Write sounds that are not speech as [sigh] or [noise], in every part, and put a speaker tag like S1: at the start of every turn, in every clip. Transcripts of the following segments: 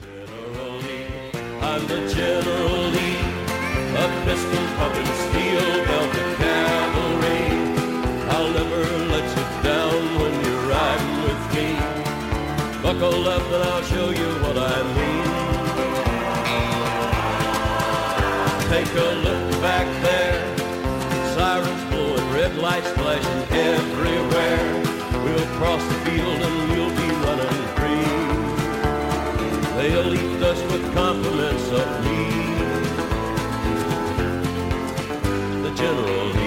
S1: General Lee, I'm the General Lee, a pistol, pump, and steel belted cavalry. I'll never let you down when you're riding with me. Buckle up and I'll show you what I mean. Take a look back there, sirens blowing, red lights flashing everywhere. We'll cross the field and you'll be running free. They elite us with compliments of me, the General Lee.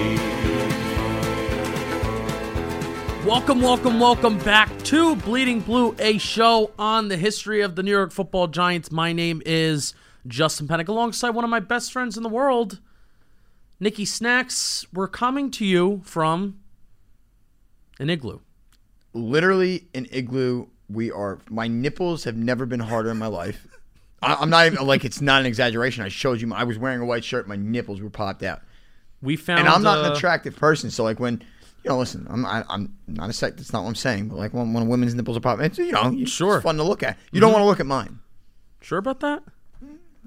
S2: Welcome, welcome, welcome back to Bleeding Blue, a show on the history of the New York Football Giants. My name is Justin Pennick, alongside one of my best friends in the world, Nikki Snacks. We're coming to you from an igloo.
S3: literally an igloo. We are. My nipples have never been harder in my life. I, I'm not even like it's not an exaggeration. I showed you. My, I was wearing a white shirt. My nipples were popped out,
S2: We found.
S3: and I'm not an
S2: uh,
S3: attractive person. So like when. You know, listen. I'm I, I'm not a sec. That's not what I'm saying. But like when, when a woman's nipples are popping, it's, you know, it's
S2: Sure.
S3: fun to look at. You don't want to look at mine.
S2: Sure about that?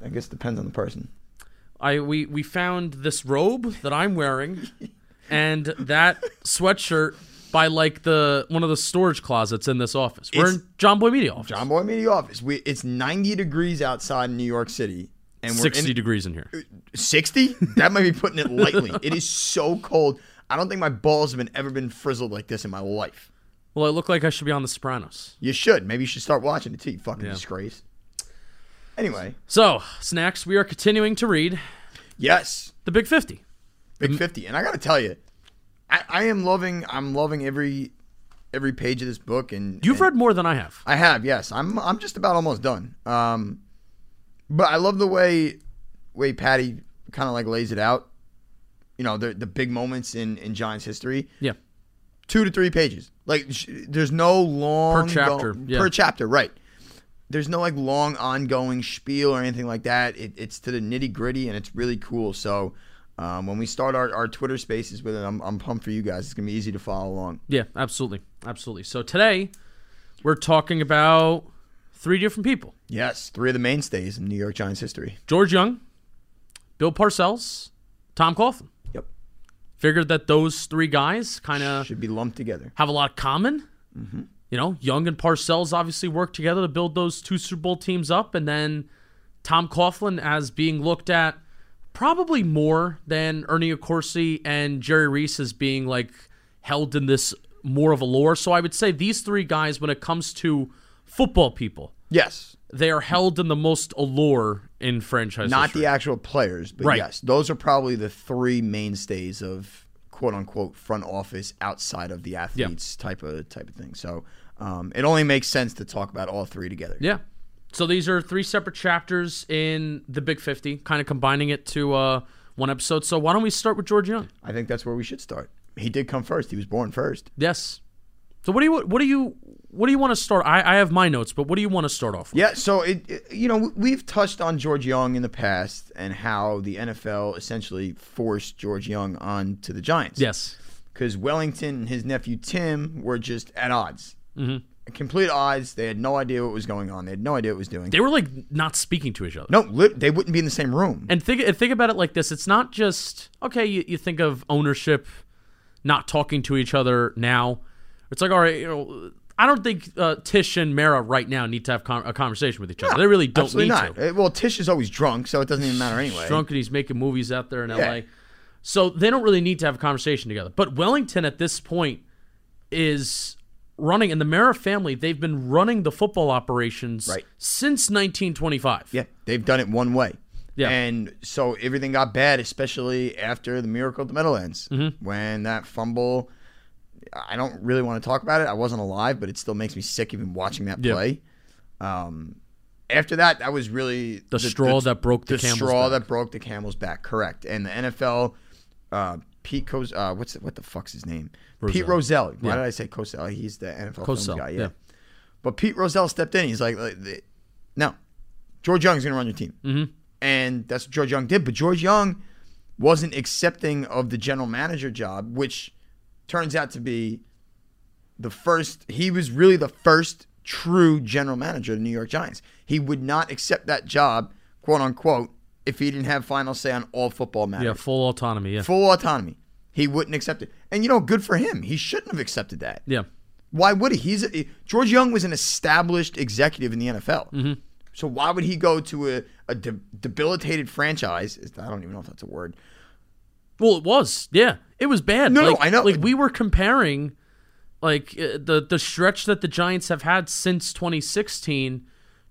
S3: I guess it depends on the person.
S2: I we we found this robe that I'm wearing, and that sweatshirt by like the one of the storage closets in this office. We're
S3: It's-
S2: in John Boy Media office.
S3: John Boy Media Office. We it's 90 degrees outside in New York City, and we're
S2: Sixty
S3: in,
S2: degrees in here.
S3: 60 that might be
S2: [laughs]
S3: putting it lightly it is so cold i don't think my balls have been, ever been frizzled like this in my life
S2: Well, I look like I should be on The Sopranos.
S3: you should maybe you should start watching it too you fucking disgrace anyway
S2: So, snacks, we are continuing to read
S3: yes
S2: the Big 50.
S3: big
S2: Mm.
S3: 50 and i gotta tell you i, I am loving i'm loving every every page of this book and
S2: You've
S3: and-
S2: read more than I have.
S3: I have, yes. I'm I'm just about almost done. Um, but I love the way way Patty kind of like lays it out. You know, the the big moments in in Giants history.
S2: Yeah.
S3: Two to three pages. Like sh- there's no long
S2: Per chapter,
S3: go-
S2: yeah.
S3: Per chapter, right? There's no like long ongoing spiel or anything like that. It, it's to the nitty gritty and it's really cool. So. Um, when we start our, our Twitter spaces with it, I'm, I'm pumped for you guys. It's gonna be easy to follow along.
S2: Yeah, absolutely. Absolutely. So, today we're talking about three different people
S3: Yes, three of the mainstays in New York Giants history.
S2: George Young, Bill Parcells, Tom Coughlin.
S3: Yep,
S2: Figured that those three guys kind of
S3: should be lumped together.
S2: have a lot of common.
S3: Mm-hmm.
S2: You know, Young and Parcells obviously worked together to build those two Super Bowl teams up, and then Tom Coughlin as being looked at probably more than Ernie Accorsi and Jerry Reese as being like held in this more of a lore. So I would say these three guys, when it comes to football people,
S3: Yes.
S2: they are held in the most allure in franchise.
S3: Not
S2: history.
S3: the actual players, but
S2: Right.
S3: yes, those are probably the three mainstays of quote unquote front office outside of the athletes type of type of thing. So um, it only makes sense to talk about all three together.
S2: Yeah. So these are three separate chapters in the Big 50, kind of combining it to uh, one episode. So why don't we start with George Young?
S3: I think that's where we should start. He did come first. He was born first.
S2: Yes. So what do you what do you what do you want to start? I, I have my notes, but what do you want to start off with?
S3: Yeah, so it, it- you know we've touched on George Young in the past and how the NFL essentially forced George Young onto the Giants.
S2: Yes.
S3: because Wellington and his nephew Tim were just at odds. Mm-hmm. Complete odds. They had no idea what was going on. They had no idea what was doing.
S2: They were like not speaking to each other.
S3: no, lit- they wouldn't be in the same room.
S2: And think and think about it like this: it's not just okay. You, you think of ownership not talking to each other now. It's like all right, you know, I don't think uh, Tish and Mara right now need to have con- a conversation with each other. they really don't
S3: Absolutely
S2: need
S3: not.
S2: to.
S3: Eh, Well, Tish is always drunk, so it doesn't even matter anyway.
S2: drunk and he's making movies out there in
S3: Yeah.
S2: LA. So they don't really need to have a conversation together. But Wellington at this point is running, and the Mara family, they've been running the football operations
S3: Right.
S2: since 1925.
S3: Yeah, they've done it one way.
S2: Yeah.
S3: And so everything got bad, especially after the miracle at the Meadowlands
S2: Mm-hmm.
S3: when that fumble. I don't really want to talk about it. I wasn't alive, but it still makes me sick even watching that
S2: Yeah.
S3: play. Um, after that, that was really
S2: The straw that broke the camel's
S3: straw
S2: back.
S3: that broke the camel's back. Correct. And the NFL, uh, Pete Cos, uh, what's what the fuck's his name? Pete Rozelle. Why
S2: Yeah.
S3: did I say Cosell? He's the NFL films
S2: Cosell,
S3: guy. Yeah.
S2: yeah.
S3: But Pete Rozelle stepped in. He's like, like, the- no, George Young's gonna run your team, mm-hmm. and that's what George Young did. But George Young wasn't accepting of the general manager job, which turns out to be the first he was really the first true general manager of the New York Giants. He would not accept that job, quote unquote, if he didn't have final say on all football matters.
S2: Yeah, full autonomy. Yeah.
S3: Full autonomy. He wouldn't accept it. And you know, good for him. He shouldn't have accepted that.
S2: yeah.
S3: Why would he? He's a, George Young was an established executive in the NFL. So why would he go to a, a de- debilitated franchise? Is- I don't even know if that's a word.
S2: Well, it was. Yeah, it was bad.
S3: No, no,
S2: like,
S3: I know.
S2: Like we were comparing, like uh, the the stretch that the Giants have had since 2016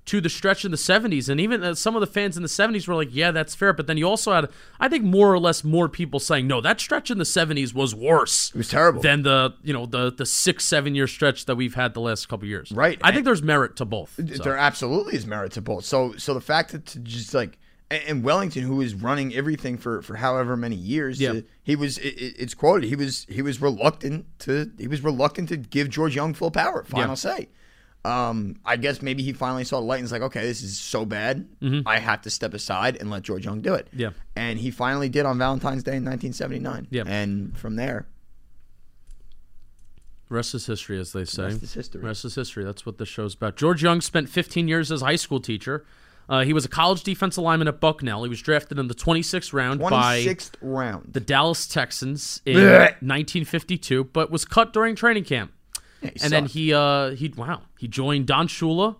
S2: to the stretch in the 70s, and even uh, some of the fans in the 70s were like, "Yeah, that's fair." But then you also had, I think, more or less more people saying, "No, that stretch in the 70s was worse."
S3: It was terrible.
S2: than the you know the the six seven year stretch that we've had the last couple years.
S3: Right.
S2: I think there's merit to both. so.
S3: There absolutely is merit to both. So so the fact that to just like and- and Wellington, who was running everything for for however many years,
S2: Yeah.
S3: uh, he was. It, it- it's quoted. He was he was reluctant to he was reluctant to give George Young full power, final
S2: Yeah.
S3: say. Um, I guess maybe he finally saw the light and was like, okay, this is so bad, I have to step aside and let George Young do it.
S2: Mm-hmm. Yeah.
S3: and he finally did on Valentine's Day in 1979.
S2: Yeah.
S3: and from there,
S2: Rest is history, as they say.
S3: rest is history.
S2: Rest is history. That's what this show's about. George Young spent 15 years as a high school teacher. Uh, he was a college defensive lineman at Bucknell. He was drafted in the 26th round by
S3: 26th round.
S2: the Dallas Texans in
S3: Blech.
S2: 1952, but was cut during training camp.
S3: Yeah, he
S2: and then
S3: sucked.
S2: he, uh, he wow, he joined Don Shula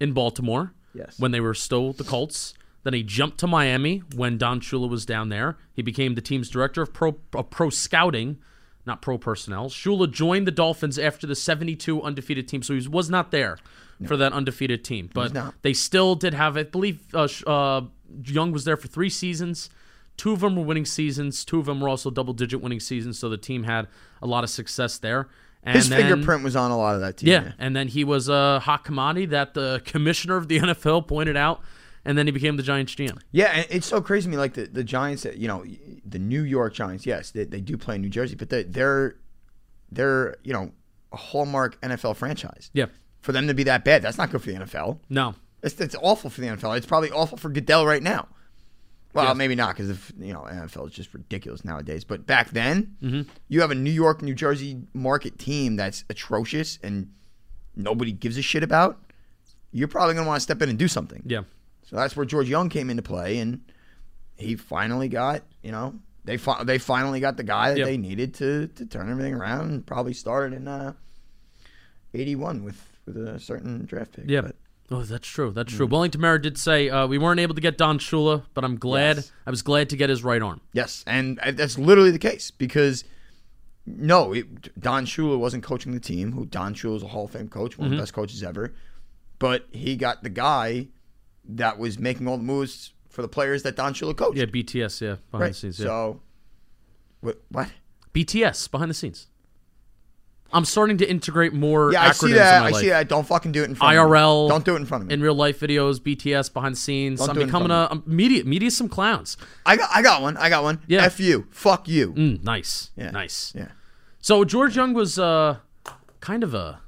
S2: in Baltimore
S3: Yes.
S2: when they were still the Colts. Then he jumped to Miami when Don Shula was down there. He became the team's director of pro, of pro scouting, not pro personnel. Shula joined the Dolphins after the 72 undefeated team, so he was not there for that undefeated team. But
S3: not.
S2: they still did have, I believe uh, Sh- uh, Young was there for three seasons. Two of them were winning seasons. Two of them were also double digit winning seasons, so the team had a lot of success there. And
S3: his
S2: then-
S3: fingerprint was on a lot of that team.
S2: yeah.
S3: yeah.
S2: and then he was a hot commodity that the commissioner of the [laughs] NFL pointed out, and then he became the Giants GM.
S3: Yeah, and it's so crazy to me. Like the, the Giants, that you know, the New York Giants. Yes, they, they do play in New Jersey, but they, they're they're you know a hallmark NFL franchise.
S2: Yeah,
S3: For them to be that bad, that's not good for the NFL.
S2: no,
S3: It's, it's awful for the NFL. It's probably awful for Goodell right now. Well, maybe not because if you know NFL is just ridiculous nowadays. But back then, you have a New York, New Jersey market team that's atrocious and nobody gives a shit about. You're probably gonna want to step in and do something.
S2: yeah,
S3: So that's where George Young came into play, and he finally got you know they fi- they finally got the guy that
S2: Yep.
S3: they needed to to turn everything around. And probably started in uh, eighty one with with a certain draft pick.
S2: yeah.
S3: but Mm.
S2: Oh, that's true. That's true. Wellington Mara did say uh, we weren't able to get Don Shula, but I'm glad.
S3: Yes.
S2: I was glad to get his right arm.
S3: yes, and uh, that's literally the case because. No, it, Don Shula wasn't coaching the team. Who Don Shula is a Hall of Fame coach,
S2: Mm-hmm.
S3: one of the best coaches ever. But he got the guy that was making all the moves for the players that Don Shula coached.
S2: Yeah, BTS. Yeah, behind
S3: right.
S2: the scenes. Yeah,
S3: So, what? what?
S2: BTS behind the scenes. I'm starting to integrate more
S3: Yeah, I
S2: acronyms
S3: see that.
S2: in my
S3: I
S2: life.
S3: see that. Don't fucking do it in front
S2: IRL
S3: of me. Don't do it in front of me.
S2: In real life videos, BTS behind the scenes.
S3: Don't
S2: I'm
S3: do it in
S2: becoming a
S3: front
S2: I'm media media some clowns.
S3: I got I got one. I got one.
S2: Yeah.
S3: F you. Fuck you.
S2: Mm, nice.
S3: Hmm. Yeah.
S2: Nice.
S3: [laughs] Yeah.
S2: So George Young was uh, kind of a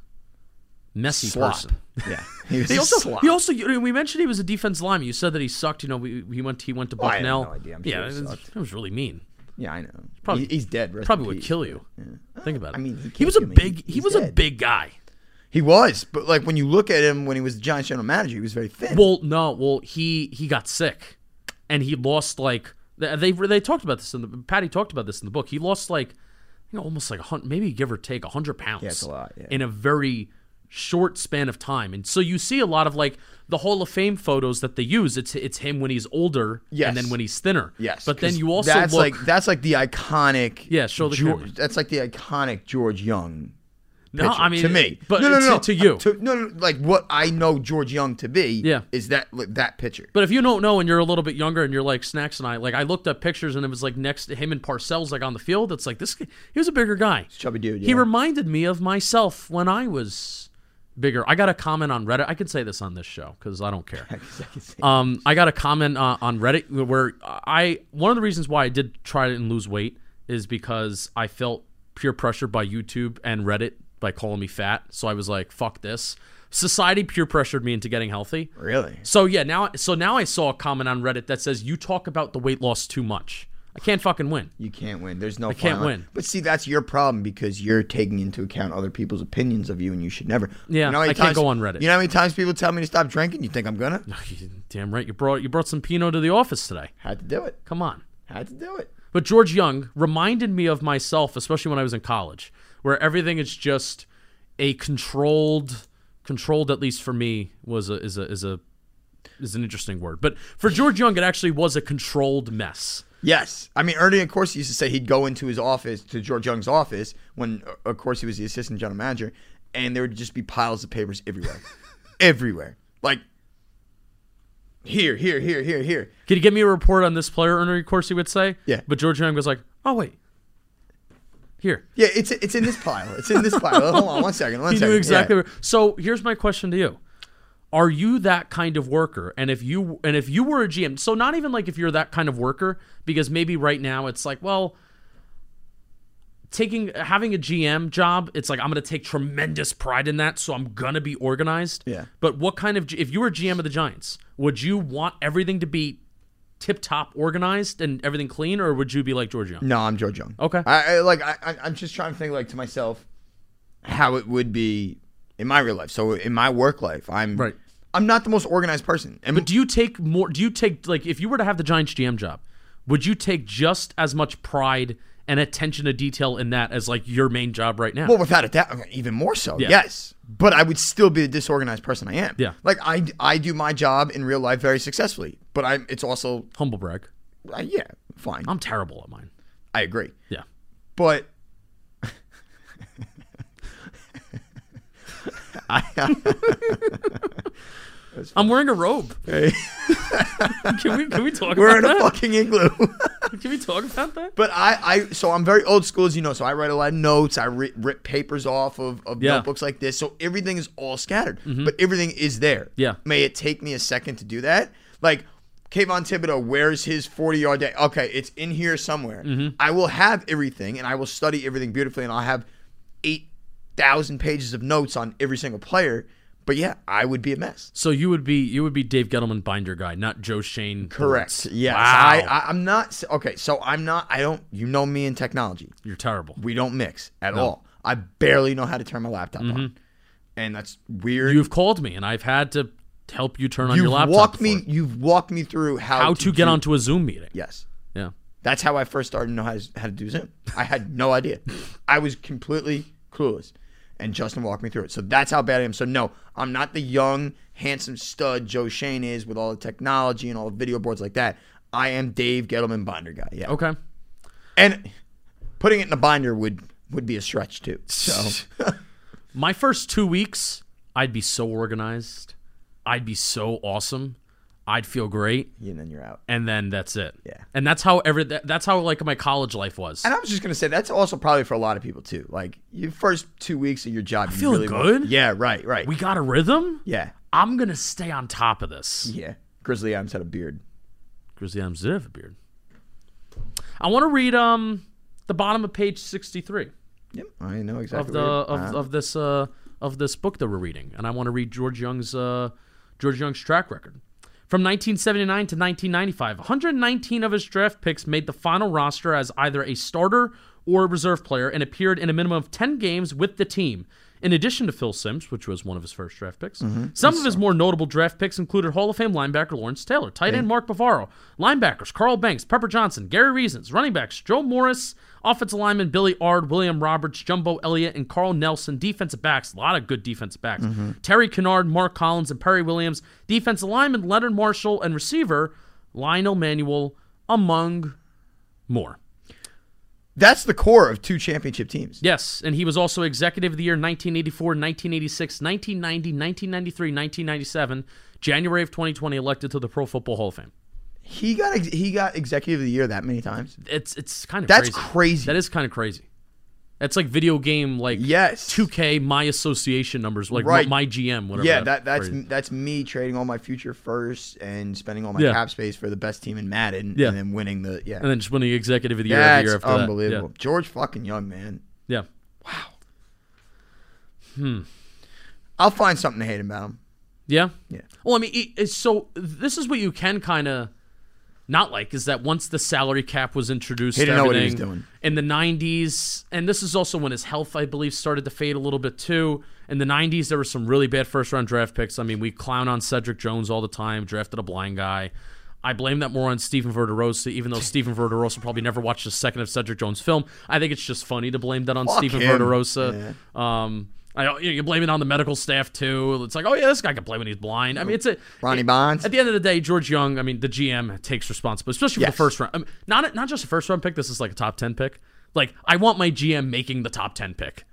S2: messy
S3: Slop.
S2: person.
S3: Yeah. He was
S2: He
S3: a
S2: also,
S3: slop.
S2: he also, you know, we mentioned he was a defense lineman. You said that he sucked. You know, we, he went, he went to
S3: Oh, I have
S2: Bucknell.
S3: no idea. I'm sure
S2: yeah,
S3: he
S2: it was-
S3: sucked.
S2: it was really mean.
S3: yeah, I know.
S2: probably-
S3: He- he's dead. Rest in
S2: Probably would
S3: peace.
S2: kill you. Think about it.
S3: I mean, he
S2: he
S3: can't
S2: was a
S3: kill me.
S2: big, he
S3: He's
S2: was a
S3: dead.
S2: big guy.
S3: He was, but like when you look at him when he was the Giants general manager, he was very thin.
S2: Well, no, well he he got sick, and he lost like th- they they talked about this in the Patty talked about this in the book. He lost like you know almost like a hundred, maybe give or take a hundred pounds.
S3: it's a lot, yeah.
S2: in a very short span of time, and so you see a lot of like the Hall of Fame photos that they use. It's it's him when he's older,
S3: Yes.
S2: and then when he's thinner.
S3: yes,
S2: but then
S3: 'cause
S2: you also
S3: that's
S2: look.
S3: like that's like the iconic.
S2: Yeah, show the camera.
S3: George, that's like the iconic George Young.
S2: no,
S3: picture
S2: I mean
S3: to me,
S2: but
S3: no, no,
S2: to,
S3: no,
S2: to you.
S3: to, no, no, like what I know George Young to be.
S2: Yeah.
S3: is that like, that picture?
S2: But if you don't know and you're a little bit younger and you're like Snacks and I, like I looked up pictures and it was like next to him and Parcells like on the field. It's like this. guy- He was a bigger guy.
S3: Chubby dude.
S2: He
S3: yeah.
S2: reminded me of myself when I was bigger. I got a comment on Reddit. I can say this on this show because I don't care. um, I got a comment uh, on Reddit where I one of the reasons why I did try and lose weight is because I felt peer pressure by YouTube and Reddit by calling me fat. So I was like, "Fuck this." Society peer pressured me into getting healthy.
S3: [laughs] Really?
S2: So yeah, now so now I saw a comment on Reddit that says you talk about the weight loss too much. I can't fucking win. [laughs]
S3: You can't win. There's no. I
S2: can't win.
S3: But see, that's your problem because you're taking into account other people's opinions of you, and you should never.
S2: Yeah,
S3: You know how many
S2: I can't
S3: times-
S2: go on Reddit.
S3: You know how many times people tell me to stop drinking? You think I'm gonna?
S2: Damn right, you brought you brought some Pinot to the office today.
S3: Had to do it.
S2: Come on.
S3: Had to do it.
S2: But George Young reminded me of myself, especially when I was in college, where everything is just a controlled, controlled at least for me was a is a is a is an interesting word. But for George Young, it actually was a controlled mess.
S3: Yes, I mean Ernie. Of course, used to say he'd go into his office to George Young's office when, uh, of course, he was the assistant general manager, and there would just be piles of papers
S2: [laughs]
S3: everywhere, everywhere. Like here, here, here, here, here.
S2: Can you give me a report on this player, Ernie Corsi would say?
S3: Yeah.
S2: But George Young was like, oh wait, here.
S3: Yeah, it's it's in this pile. It's in
S2: [laughs]
S3: this pile. Hold on, one second. One
S2: He
S3: second.
S2: knew exactly.
S3: Yeah.
S2: Where, so here's my question to you: Are you that kind of worker? And if you and if you were a GM, so not even like if you're that kind of worker, because maybe right now it's like, well, taking having a GM job, it's like I'm going to take tremendous pride in that, so I'm going to be organized.
S3: Yeah.
S2: But what kind of G- if you were GM of the Giants, would you want everything to be tip top organized and everything clean, or would you be like George Young?
S3: No, I'm George Young.
S2: Okay.
S3: I, I like I, I I'm just trying to think like to myself how it would be in my real life. So in my work life, I'm
S2: Right.
S3: I'm not the most organized person. And
S2: But do you take more? Do you take like if you were to have the Giants GM job, would you take just as much pride and attention to detail in that as like your main job right now?
S3: Well, without a doubt, even more so.
S2: Yeah.
S3: Yes, but I would still be the disorganized person I am.
S2: Yeah.
S3: like I, I do my job in real life very successfully, but I'm. It's also
S2: Humble brag.
S3: uh, yeah, fine.
S2: I'm terrible at mine.
S3: I agree,
S2: Yeah.
S3: but
S2: I'm wearing a
S3: [laughs]
S2: robe. [laughs] can we can we talk
S3: we're
S2: [laughs]
S3: in
S2: about
S3: a
S2: that?
S3: fucking igloo.
S2: Can we talk about that?
S3: but I, I, so I'm very old school, as you know. So I write a lot of notes. I ri rip papers off of, of
S2: Yeah. Mm-hmm.
S3: notebooks like this. So everything is all scattered, but everything is there.
S2: Yeah.
S3: May it take me a second to do that? Like, Kayvon Thibodeau, where's his 40 yard day? Okay, it's in here somewhere.
S2: Mm-hmm.
S3: I will have everything and I will study everything beautifully and I'll have 8,000 pages of notes on every single player. But yeah, I would be a mess.
S2: So you would be you would be Dave Gettleman binder guy, not Joe Shane.
S3: Correct.
S2: Burns.
S3: Yes.
S2: Wow.
S3: I, I, I'm not. Okay, so I'm not. I don't. You know me in technology.
S2: You're terrible.
S3: We don't mix at all. I barely know how to turn my laptop on. And that's weird.
S2: Mm-hmm. You've called me and I've had to help you turn on your
S3: You've
S2: laptop.
S3: walked me.
S2: before.
S3: You've walked me through how,
S2: how to get
S3: do-
S2: onto a Zoom meeting.
S3: Yes,
S2: Yeah.
S3: that's how I first started to know how to, how to do Zoom. I had
S2: [laughs]
S3: no idea. I was completely clueless, and Justin walked me through it. So that's how bad I am. So no, I'm not the young, handsome stud Joe Shane is with all the technology and all the video boards like that. I am Dave Gettleman binder guy. Yeah,
S2: Okay.
S3: and putting it in a binder would would be a stretch too.
S2: [laughs]
S3: So
S2: My first two weeks, I'd be so organized. I'd be so awesome. I'd feel great.
S3: and then you're out.
S2: And then that's it.
S3: Yeah.
S2: And that's how every that, that's how like my college life was.
S3: And I was just gonna say that's also probably for a lot of people too. Like your first two weeks of your job, you
S2: feeling
S3: really want-
S2: good?
S3: Yeah, right, right.
S2: We got a rhythm.
S3: yeah,
S2: I'm gonna stay on top of this.
S3: yeah. Grizzly Adams had a beard.
S2: Grizzly Adams did have a beard. I want to read um the bottom of page 63
S3: Yep, I know exactly.
S2: of the
S3: what
S2: of, of this uh of this book that we're reading, and I want to read George Young's uh George Young's track record. From 1979 to 1995, 119 of his draft picks made the final roster as either a starter or a reserve player and appeared in a minimum of 10 games with the team. In addition to Phil Simms, which was one of his first draft picks, some of his more notable draft picks included Hall of Fame linebacker Lawrence Taylor, tight end Mark Bavaro, linebackers Carl Banks, Pepper Johnson, Gary Reasons, running backs Joe Morris, offensive lineman Billy Ard, William Roberts, Jumbo Elliott, and Carl Nelson, defensive backs, a lot of good defensive backs, Terry Kennard, Mark Collins, and Perry Williams, defensive lineman Leonard Marshall, and receiver Lionel Manuel, among more.
S3: That's the core of two championship teams.
S2: Yes, and he was also executive of the year 1984, 1986, 1990, 1993, 1997, January of 2020, elected to the Pro Football Hall of Fame.
S3: He got ex- he got executive of the year that many times.
S2: It's it's kind of
S3: That's
S2: crazy.
S3: crazy.
S2: That is kind of crazy. That's like video game like
S3: Yes.
S2: 2K my association numbers like
S3: Right.
S2: my GM whatever.
S3: Yeah, that, that's
S2: phrase-
S3: that's me trading all my future first and spending all my
S2: Yeah.
S3: cap space for the best team in Madden
S2: Yeah.
S3: and then winning the yeah.
S2: and then just winning executive of the year every
S3: that's
S2: year after
S3: unbelievable. George fucking Young, man.
S2: that. Yeah. Yeah.
S3: I'll find something to hate about him.
S2: Yeah.
S3: Yeah.
S2: Well, I mean, it- it's so this is what you can kind of not like is that once the salary cap was introduced,
S3: He didn't know what he was
S2: everything
S3: doing.
S2: in the '90s, and this is also when his health, I believe, started to fade a little bit too. In the '90s, there were some really bad first-round draft picks. I mean, we clown on Cedric Jones all the time, drafted a blind guy. I blame that more on Stephen Verderosa, even
S3: [laughs]
S2: though Stephen Verderosa probably never watched a second of Cedric Jones' film. I think it's just funny to blame that on Stephen
S3: him.
S2: Verderosa. Um, I don't- you, know, you blame it on the medical staff too. It's like, oh yeah, this guy can play when he's blind. I mean, it's a
S3: Ronnie Bonds.
S2: At the end of the day, George Young. I mean, the GM takes responsibility, especially for
S3: Yes.
S2: the first round. I mean, not not just a first round pick. This is like a top ten pick. Like I want my GM making the top ten pick.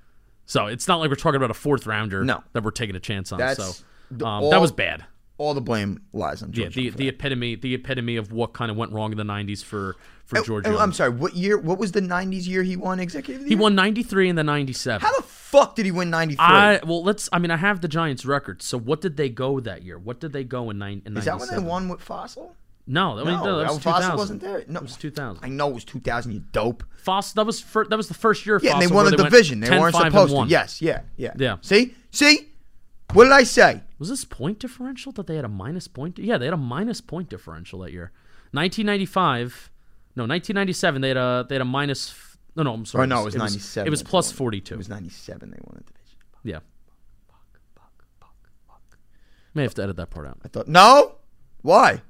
S2: So it's not like we're talking about a fourth rounder
S3: No.
S2: that we're taking a chance on.
S3: That's
S2: so
S3: the-
S2: um,
S3: all-
S2: that was bad.
S3: All the blame lies on
S2: Yeah,
S3: George.
S2: the
S3: Young for
S2: the
S3: that.
S2: epitome the epitome of what kind of went wrong in the '90s for for George
S3: Oh,
S2: Young.
S3: I'm sorry. What year? What was the '90s year he won executive? of the
S2: He
S3: Year?
S2: won '93 and the '97.
S3: How the fuck did he win '93?
S2: I well, let's. I mean, I have the Giants' record. So what did they go that year? What did they go in nine? In
S3: Is that when they
S2: 97?
S3: won with Fossil?
S2: No, that, was- no,
S3: No,
S2: that was
S3: Al
S2: 2000.
S3: Fossil wasn't there. No,
S2: It was 2000.
S3: I know it was 2000. You dope.
S2: Foss, that was fir- that was the first year. of
S3: Yeah, and they
S2: Fossil
S3: won
S2: where
S3: the
S2: went
S3: division. They
S2: 10,
S3: weren't
S2: 5, and
S3: supposed to.
S2: one.
S3: Yes. Yeah. Yeah.
S2: Yeah.
S3: See. See. What did I say?
S2: Was this point differential that they had a minus point? Yeah, they had a minus point differential that year. 1995, no, 1997. They had a they had a minus. f- No, no, I'm sorry.
S3: Or Oh, no, it was 97.
S2: It was
S3: they
S2: plus
S3: won.
S2: 42.
S3: It was 97. They won the division.
S2: yeah. May have to edit that part out.
S3: I thought no. Why?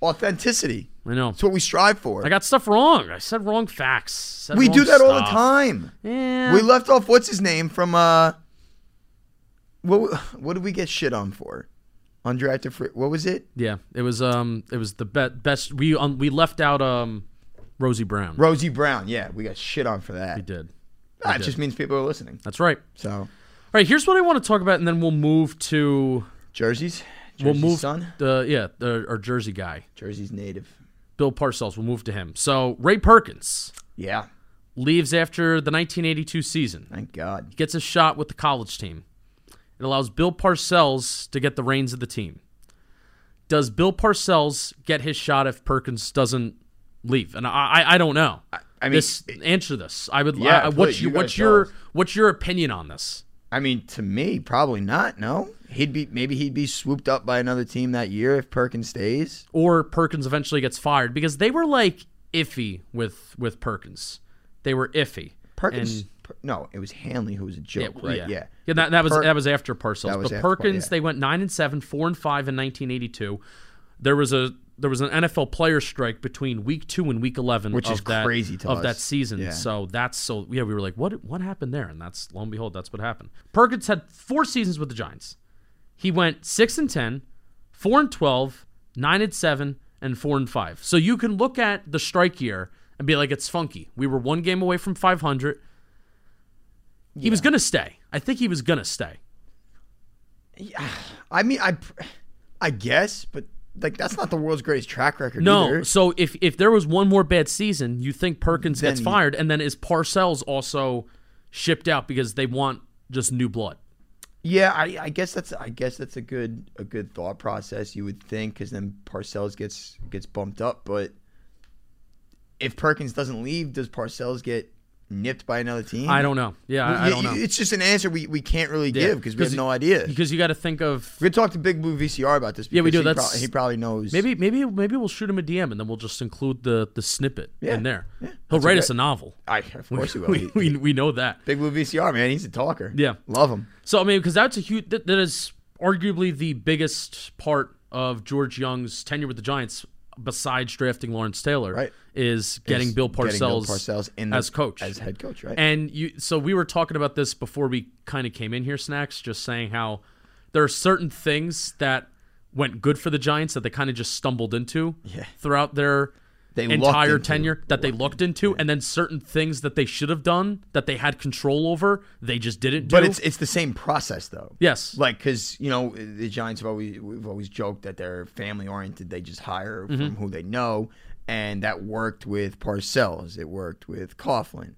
S3: Authenticity.
S2: I know.
S3: That's what we strive for.
S2: I got stuff wrong. I said wrong facts. Said
S3: we
S2: wrong
S3: do that all the
S2: stuff.
S3: time.
S2: Yeah.
S3: We left off what's his name from uh what what did we get shit on for? Undrafted free what was it?
S2: Yeah, it was um, it was the be- best. We um, we left out um, Rosie Brown.
S3: Rosie Brown. Yeah, we got shit on for that.
S2: we did.
S3: That just means people are listening.
S2: That's right. All
S3: So
S2: right, here's what I want to talk about, and then we'll move to
S3: jerseys. Jersey's
S2: we'll move
S3: son.
S2: the yeah the, our Jersey guy,
S3: Jersey's native.
S2: Bill Parcells. We'll move to him. So Ray Perkins
S3: Yeah.
S2: leaves after the 1982 season.
S3: Thank God.
S2: gets a shot with the college team. It allows Bill Parcells to get the reins of the team. Does Bill Parcells get his shot if Perkins doesn't leave? And I, I, I don't know.
S3: I mean,
S2: this, answer this. I would.
S3: Yeah,
S2: I- what's
S3: please,
S2: your
S3: you
S2: what's
S3: gotta
S2: your
S3: tell
S2: what's your opinion on this?
S3: I mean, to me, probably not, no. He'd be maybe he'd be swooped up by another team that year if Perkins stays.
S2: Or Perkins eventually gets fired because they were like iffy with with Perkins. They were iffy.
S3: Perkins
S2: And-
S3: Per- no, it was Hanley who was a joke, right? Yeah.
S2: Yeah. that, that was that was after Parcells.
S3: That was
S2: but
S3: after Par-
S2: Perkins,
S3: yeah.
S2: they went nine and seven, four and five in 1982. There was a there was an NFL player strike between week two and week eleven,
S3: Which
S2: of
S3: is
S2: that,
S3: crazy to
S2: of
S3: us.
S2: that season.
S3: Yeah.
S2: So that's so yeah, we were like, what what happened there? And that's lo and behold, that's what happened. Perkins had four seasons with the Giants. He went six and 10, 4 and 12, 9 and 7, and 4 and 5. So you can look at the strike year and be like, it's funky. We were one game away from 500. He was going to stay. I think he was going to stay.
S3: I mean, I, I guess, but like that's not the world's greatest track record.
S2: No,
S3: either.
S2: so if if there was one more bad season, you think Perkins
S3: Then
S2: gets
S3: he-
S2: fired, and then is Parcells also shipped out because they want just new blood?
S3: yeah, I, I guess that's I guess that's a good a good thought process you would think because then Parcells gets gets bumped up, but if Perkins doesn't leave, does Parcells get nipped by another team?
S2: I don't know. Yeah, I, I
S3: You-
S2: don't
S3: you-
S2: know.
S3: It's just an answer we, we can't really
S2: Yeah,
S3: give because we have
S2: 'cause-
S3: no idea.
S2: Because you got to think of
S3: We're gonna talk to Big Blue VCR about this. Because
S2: Yeah, we do.
S3: He, prob-
S2: That's-
S3: he probably knows.
S2: maybe maybe maybe we'll shoot him a DM and then we'll just include the the snippet
S3: Yeah,
S2: in there. He'll write us a novel.
S3: [laughs] I, of
S2: [laughs]
S3: course he will.
S2: we,
S3: He-
S2: we, we know that.
S3: Big Blue VCR man, he's a talker.
S2: Yeah.
S3: love him.
S2: So I mean, because that's a huge. That, that is arguably the biggest part of George Young's tenure with the Giants, besides drafting Lawrence Taylor,
S3: Right.
S2: is getting
S3: Is
S2: Bill
S3: getting
S2: Parcells,
S3: Bill Parcells in the-
S2: as coach,
S3: as head coach, right?
S2: And you. So we were talking about this before we kind of came in here, snacks, just saying how there are certain things that went good for the Giants that they kind of just stumbled into throughout their
S3: They lucked
S2: entire
S3: into.
S2: tenure that they looked into, and then certain things that they should have done that they had control over, they just didn't do.
S3: But it's it's the same process though.
S2: Yes.
S3: Like because you know the Giants have always we've always joked that they're family oriented. They just hire
S2: Mm-hmm.
S3: from who they know, and that worked with Parcells. It worked with Coughlin.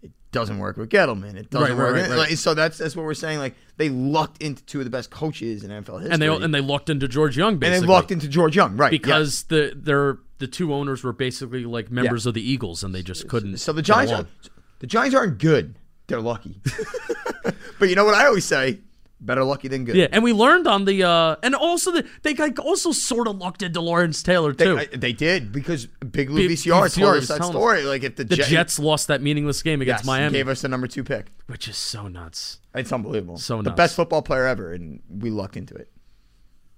S3: It doesn't work with Gettleman. It
S2: Right,
S3: doesn't
S2: right,
S3: work.
S2: right, right.
S3: Like, so that's that's what we're saying. Like they lucked into two of the best coaches in NFL history,
S2: and they and they lucked into George Young
S3: and
S2: basically
S3: they lucked into George Young, right? yes.
S2: because the their the two owners were basically like members of the Eagles and they just couldn't.
S3: So the
S2: get
S3: Giants,
S2: along.
S3: are, the Giants aren't good. They're lucky. but you know what I always say: better lucky than good.
S2: Yeah, and we learned on the uh and also the, they got also sort of lucked into Lawrence Taylor
S3: They,
S2: too.
S3: I- they did because Big Lou
S2: Big
S3: VCR
S2: VCR
S3: told
S2: was
S3: us that
S2: telling us.
S3: story. Like if the,
S2: the
S3: Jet-
S2: Jets lost that meaningless game against
S3: yes,
S2: Miami,
S3: gave us the number two pick.
S2: which is so nuts,
S3: It's unbelievable.
S2: So
S3: the
S2: nuts.
S3: best football player ever, and we lucked into it.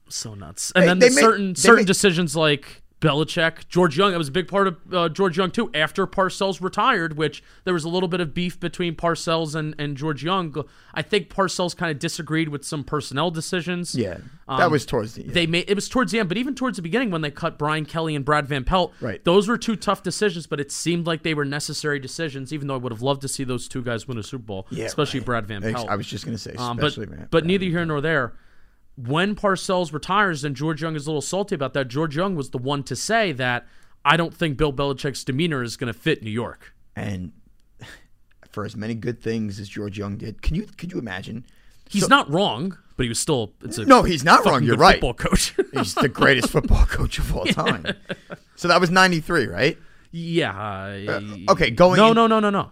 S2: so nuts. And
S3: Hey,
S2: then
S3: they
S2: the
S3: made-
S2: certain
S3: they
S2: certain
S3: made-
S2: decisions like Belichick, George Young. That was a big part of uh, George Young too. After Parcells retired, which there was a little bit of beef between Parcells and and George Young. I think Parcells kind of disagreed with some personnel decisions.
S3: Yeah, that
S2: Um,
S3: was towards the end.
S2: They made it was towards the end, but even towards the beginning when they cut Brian Kelly and Brad Van Pelt,
S3: Right.
S2: Those were two tough decisions, but it seemed like they were necessary decisions. Even though I would have loved to see those two guys win a Super Bowl,
S3: Yeah,
S2: especially
S3: right.
S2: Brad Van
S3: Ex-
S2: Pelt.
S3: I was just gonna say,
S2: Um, but
S3: especially Brad-
S2: but
S3: Brad
S2: neither here nor there. When Parcells retires, and George Young is a little salty about that. George Young was the one to say that I don't think Bill Belichick's demeanor is going to fit New York.
S3: and [laughs] for as many good things as George Young did, can you could you imagine?
S2: He's not wrong, but he was still. It's a
S3: No, he's not wrong.
S2: fucking
S3: You're
S2: good
S3: right.
S2: Football coach. [laughs]
S3: He's the greatest football [laughs] coach of all time. So that was '93, right?
S2: yeah. uh,
S3: Okay, going.
S2: No,
S3: in-
S2: no, no, no, no.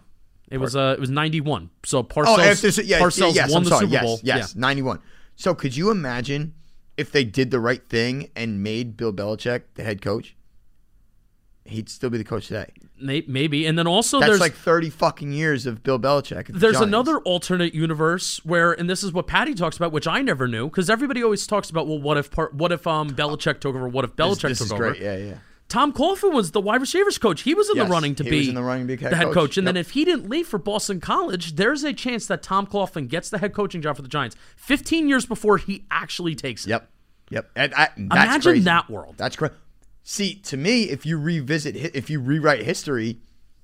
S2: It was uh, it was ninety one. So Parcells,
S3: Oh, after so- yes,
S2: Parcells
S3: yes,
S2: won
S3: I'm
S2: the
S3: sorry.
S2: Super
S3: yes,
S2: Bowl.
S3: Yes,
S2: Yeah.
S3: '91. So could you imagine if they did the right thing and made Bill Belichick the head coach? He'd still be the coach today.
S2: May- maybe. And then also
S3: That's
S2: there's
S3: like 30 fucking years of Bill Belichick. at the
S2: there's
S3: Giants.
S2: another alternate universe where, and this is what Patty talks about, which I never knew, because everybody always talks about, well, what if par- what if um Belichick took over? What if
S3: This,
S2: Belichick
S3: this
S2: took
S3: is
S2: over?
S3: great. Yeah, yeah.
S2: Tom Coughlin was the wide receivers coach. He was in
S3: Yes,
S2: the running to
S3: he
S2: be
S3: was in the running to be head
S2: the head coach.
S3: coach.
S2: And then
S3: Yep.
S2: if he didn't leave for Boston College, there's a chance that Tom Coughlin gets the head coaching job for the Giants 15 years before he actually takes it.
S3: Yep. Yep. And I, that's
S2: Imagine
S3: crazy.
S2: that world.
S3: That's correct. See, to me, if you revisit, hi- if you rewrite history,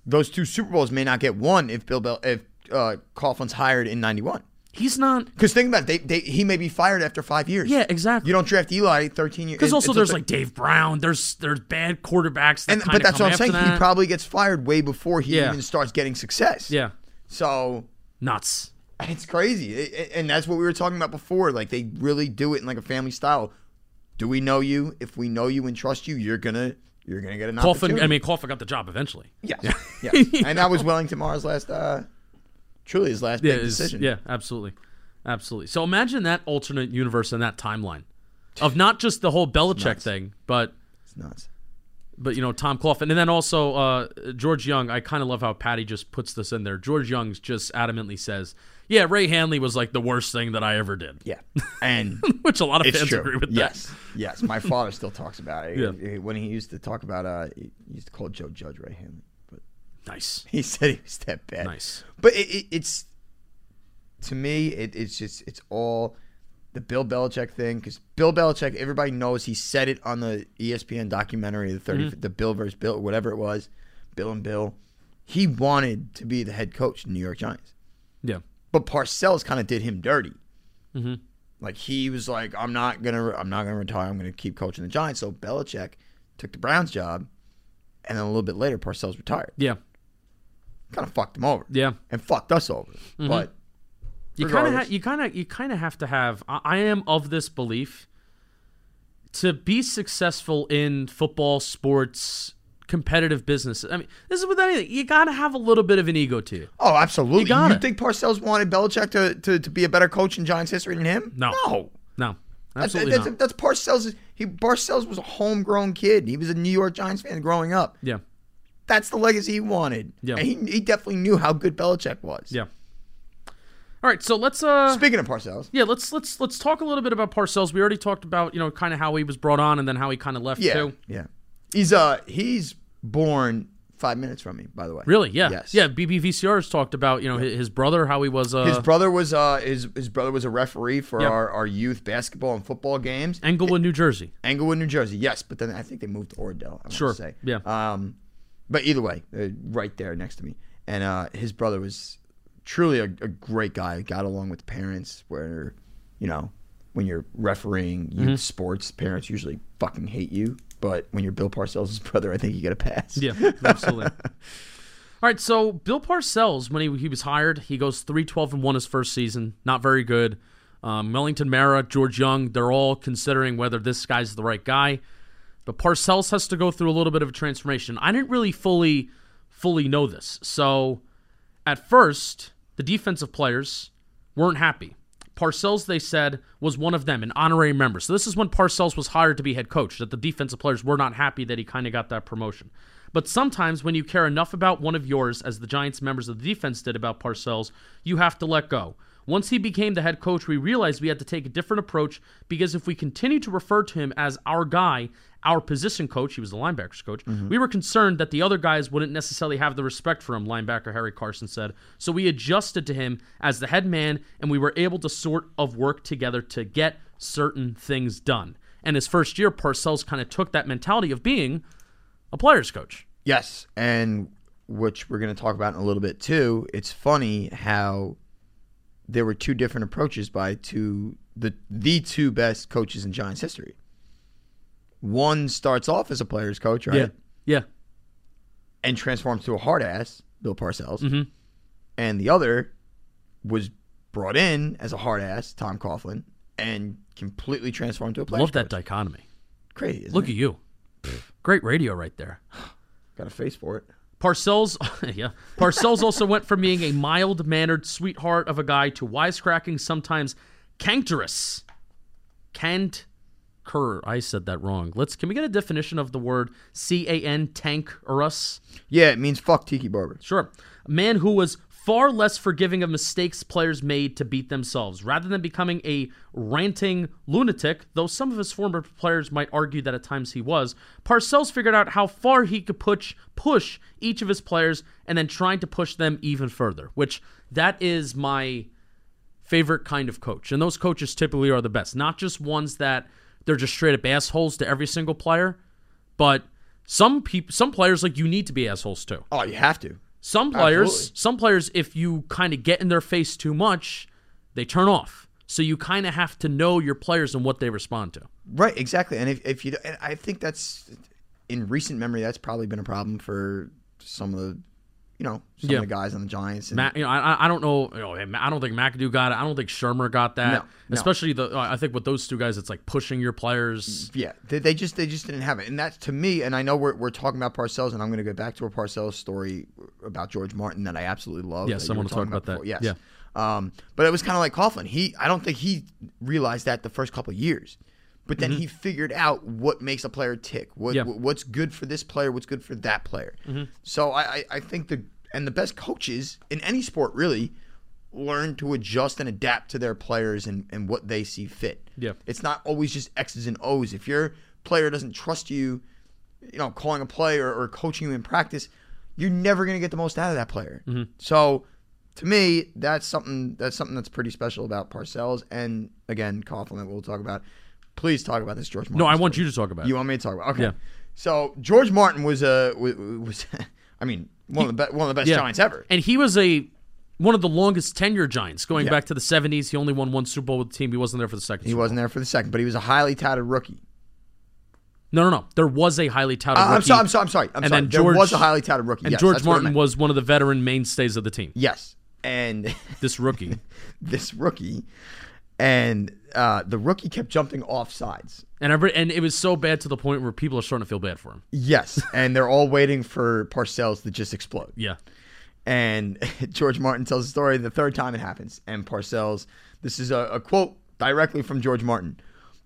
S3: those two Super Bowls may not get won if Bill Bel- if uh, Coughlin's hired in '91.
S2: He's not.
S3: Because think about it, they, they he may be fired after five years.
S2: Yeah, exactly.
S3: You don't draft Eli 13 years.
S2: Because also
S3: it's-
S2: there's
S3: it's
S2: like Dave Brown. There's there's bad quarterbacks. That
S3: and but that's what I'm saying.
S2: That.
S3: He probably gets fired way before he
S2: Yeah.
S3: even starts getting success.
S2: yeah,
S3: So
S2: nuts.
S3: it's crazy, It- it- and that's what we were talking about before. Like they really do it in like a family style. Do we know you? If we know you and trust you, you're gonna you're gonna get an
S2: Coughlin.
S3: opportunity.
S2: I mean, Coughlin got the job eventually.
S3: Yes. [laughs] yes.
S2: [laughs]
S3: And that was Wellington Mars last, uh, truly his last
S2: Yeah,
S3: big
S2: it's-
S3: decision.
S2: yeah, absolutely, absolutely. So imagine that alternate universe and that timeline of not just the whole Belichick thing, but
S3: It's nuts.
S2: but you know Tom Coughlin, and then also uh, George Young. I kind of love how Patty just puts this in there. George Young just adamantly says, "Yeah, Ray Hanley was like the worst thing that I ever did,"
S3: Yeah.
S2: [laughs]
S3: And
S2: which a lot of
S3: it's
S2: fans
S3: true.
S2: agree with. that.
S3: yes. Yes. My father still talks about it.
S2: Yeah.
S3: When he used to talk about, uh, he used to call Joe Judge Ray Hanley, but
S2: nice,
S3: [laughs] he said he was that bad.
S2: nice.
S3: But it, it, it's to me, it, it's just it's all the Bill Belichick thing because Bill Belichick, everybody knows he said it on the E ESPN documentary, the 30 the Bill versus Bill, whatever it was, Bill and Bill. He wanted to be the head coach of the New York Giants,
S2: Yeah,
S3: but Parcells kind of did him dirty. Like he was like, I'm not gonna, I'm not gonna retire. I'm gonna keep coaching the Giants. So Belichick took the Browns job, and then a little bit later, Parcells retired.
S2: yeah,
S3: Kind of fucked him over
S2: yeah. Mm-hmm.
S3: and fucked us over. But
S2: you kind of ha-
S3: regardless.
S2: you kind of you kind of have to have I-, I am of this belief to be successful in football sports competitive business i mean this is with anything you gotta have a little bit of an ego to you
S3: Oh,
S2: You
S3: absolutely. You,
S2: got it.
S3: think Parcells wanted Belichick to, to, to be a better coach in Giants history than him?
S2: No.
S3: No.
S2: no
S3: That's,
S2: absolutely
S3: that's,
S2: not
S3: that's Parcells. He Parcells was a homegrown kid. He was a New York Giants fan growing up.
S2: yeah
S3: That's the legacy he wanted.
S2: Yeah.
S3: And he, he definitely knew how good Belichick was.
S2: yeah all right so let's uh
S3: Speaking of Parcells,
S2: yeah let's let's let's talk a little bit about parcells we already talked about you know kind of how he was brought on and then how he kind of left
S3: yeah,
S2: too
S3: yeah, he's uh he's born five minutes from me. By the way,
S2: really yeah
S3: yes,
S2: yeah bbvcr has talked about you know his, his brother how he was uh
S3: His brother was uh his his brother was a referee for
S2: Yeah.
S3: our, our youth basketball and football games.
S2: englewood new jersey
S3: Englewood, New Jersey. Yes, but then I think they moved to Ordell. I
S2: Sure,
S3: Want to say.
S2: yeah.
S3: Um, but either way, uh, right there next to me, and uh, his brother was truly a, a great guy. Got along with the parents. Where, you know, when you're refereeing
S2: Mm-hmm.
S3: youth sports, parents usually [laughs] fucking hate you. But when you're Bill Parcells' brother, I think you get a pass.
S2: Yeah, absolutely. [laughs] All right, so Bill Parcells, when he, he was hired, he goes 3 12 and 1 his first season. Not very good. Um, Millington Mara, George Young, they're all considering whether this guy's the right guy. But Parcells has to go through a little bit of a transformation. I didn't really fully fully know this. So at first, the defensive players weren't happy. Parcells, they said, was one of them, an honorary member. So this is when Parcells was hired to be head coach, that the defensive players were not happy that he kind of got that promotion. But sometimes when you care enough about one of yours, as the Giants members of the defense did about Parcells, you have to let go. Once he became the head coach, we realized we had to take a different approach because if we continue to refer to him as our guy, our position coach, he was the linebackers coach, we were concerned that the other guys wouldn't necessarily have the respect for him, linebacker Harry Carson said. So we adjusted to him as the head man and we were able to sort of work together to get certain things done. And his first year, Parcells kind of took that mentality of being a player's coach.
S3: Yes, and which we're going to talk about in a little bit too. It's funny how there were two different approaches by two the the two best coaches in Giants history. One starts off as a player's coach, right?
S2: Yeah.
S3: And transforms to a hard ass, Bill Parcells.
S2: Mm-hmm.
S3: And the other was brought in as a hard ass, Tom Coughlin, and completely transformed to a player.
S2: Love that dichotomy.
S3: Crazy. Isn't
S2: Look
S3: it?
S2: at you. Great radio right there.
S3: got a face for it.
S2: Parcells, [laughs] yeah. Parcells also went from being a mild-mannered sweetheart of a guy to wisecracking, sometimes cankerous. Cant cur. I said that wrong. Let's can we get a definition of the word C A N tank or us?
S3: Yeah, it means fuck Tiki Barber.
S2: Sure. A man who was far less forgiving of mistakes players made to beat themselves, rather than becoming a ranting lunatic, though some of his former players might argue that at times he was, Parcells figured out how far he could push push each of his players and then trying to push them even further, which that is my favorite kind of coach. And those coaches typically are the best, not just ones that they're just straight up assholes to every single player, but some people some players like you need to be assholes too.
S3: Oh, you have to.
S2: Some players,
S3: Absolutely.
S2: some players, if you kind of get in their face too much, they turn off. So you kind of have to know your players and what they respond to.
S3: Right, exactly. And if, if you, and I think that's in recent memory, that's probably been a problem for some of the, you know, some
S2: Yeah.
S3: of the guys on the Giants. And
S2: Ma you know, I, I- I don't know. You know, I don't think McAdoo got it. I don't think Shermer got that.
S3: No, no.
S2: Especially the, uh, I think with those two guys, it's like pushing your players.
S3: yeah, they, they just they just didn't have it. And that's to me. And I know we're, we're talking about Parcells, and I'm going to go back to a Parcells story about George Martin that I absolutely love.
S2: Yes,
S3: that
S2: I
S3: you were
S2: wanna talk
S3: talking
S2: about that.
S3: before. Yes. Yeah. Um, but it was kind of like Coughlin. He, I don't think he realized that the first couple of years, but then he figured out what makes a player tick. What
S2: Mm-hmm. Yeah. Mm-hmm.
S3: what's good for this player, what's good for that player. So I, I, I think the and the best coaches in any sport really learn to adjust and adapt to their players and, and what they see fit.
S2: Yeah.
S3: It's not always just X's and O's. If your player doesn't trust you, you know, calling a play or, or coaching you in practice, you're never gonna get the most out of that player.
S2: Mm-hmm.
S3: So to me, that's something that's something that's pretty special about Parcells and again, Coughlin that we'll talk about. Please talk about this, George.
S2: No, I
S3: Martin
S2: want
S3: story.
S2: you to talk about
S3: You
S2: it.
S3: want me to talk about? Okay.
S2: Yeah.
S3: So George Martin was a was, was [laughs] I mean one of the best one of the best Giants ever.
S2: And he was a one of the longest tenure Giants going
S3: Yeah.
S2: back to the '70s. He only won one Super Bowl with the team. He wasn't there for the second.
S3: He
S2: Super Bowl.
S3: wasn't there for the second, but he was a highly touted rookie.
S2: No, no, no. There was a highly touted.
S3: Uh, I'm
S2: rookie,
S3: sorry. I'm sorry. I'm sorry. I'm
S2: And
S3: sorry.
S2: then
S3: there
S2: George-
S3: was a highly touted rookie.
S2: And
S3: yes,
S2: George
S3: that's what I
S2: Martin
S3: meant.
S2: was one of the veteran mainstays of the team.
S3: Yes, and [laughs]
S2: This rookie.
S3: this rookie, and uh, the rookie kept jumping off sides.
S2: And every, and it was so bad to the point where people are starting to feel bad for him.
S3: Yes, and they're all waiting for Parcells to just explode.
S2: Yeah.
S3: And [laughs] George Martin tells the story the third time it happens. And Parcells, this is a, a quote directly from George Martin.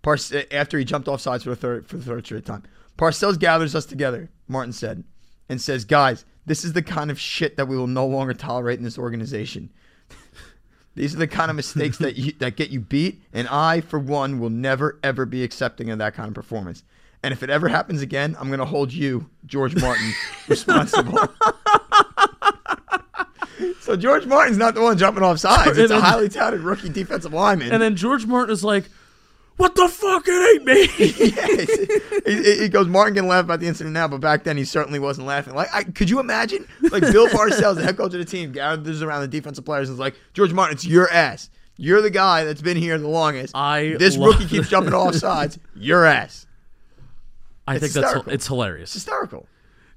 S3: Parce- after he jumped off sides for the third for the third straight time, Parcells gathers us together. Martin said, and says, "Guys, this is the kind of shit that we will no longer tolerate in this organization. These are the kind of mistakes that you, that get you beat, and I, for one, will never ever be accepting of that kind of performance. And if it ever happens again, I'm going to hold you,
S2: [laughs]
S3: George Martin, responsible." so George Martin's not the one jumping
S2: [laughs]
S3: off sides; it's a
S2: And then-
S3: highly touted rookie defensive lineman.
S2: And then George Martin is like, "What the fuck? It ain't me."
S3: Yes. he, he- he goes, Martin can laugh about the incident now, but back then he certainly wasn't laughing. Like, I, could you imagine? Like, Bill Parcells, the head coach of the team, gathers around the defensive players and is like, George Martin, it's your ass. You're the guy that's been here the longest.
S2: I
S3: this
S2: love
S3: rookie keeps
S2: [laughs]
S3: jumping off sides. Your ass.
S2: I think
S3: It's
S2: that's
S3: hysterical.
S2: it's hilarious.
S3: Hysterical.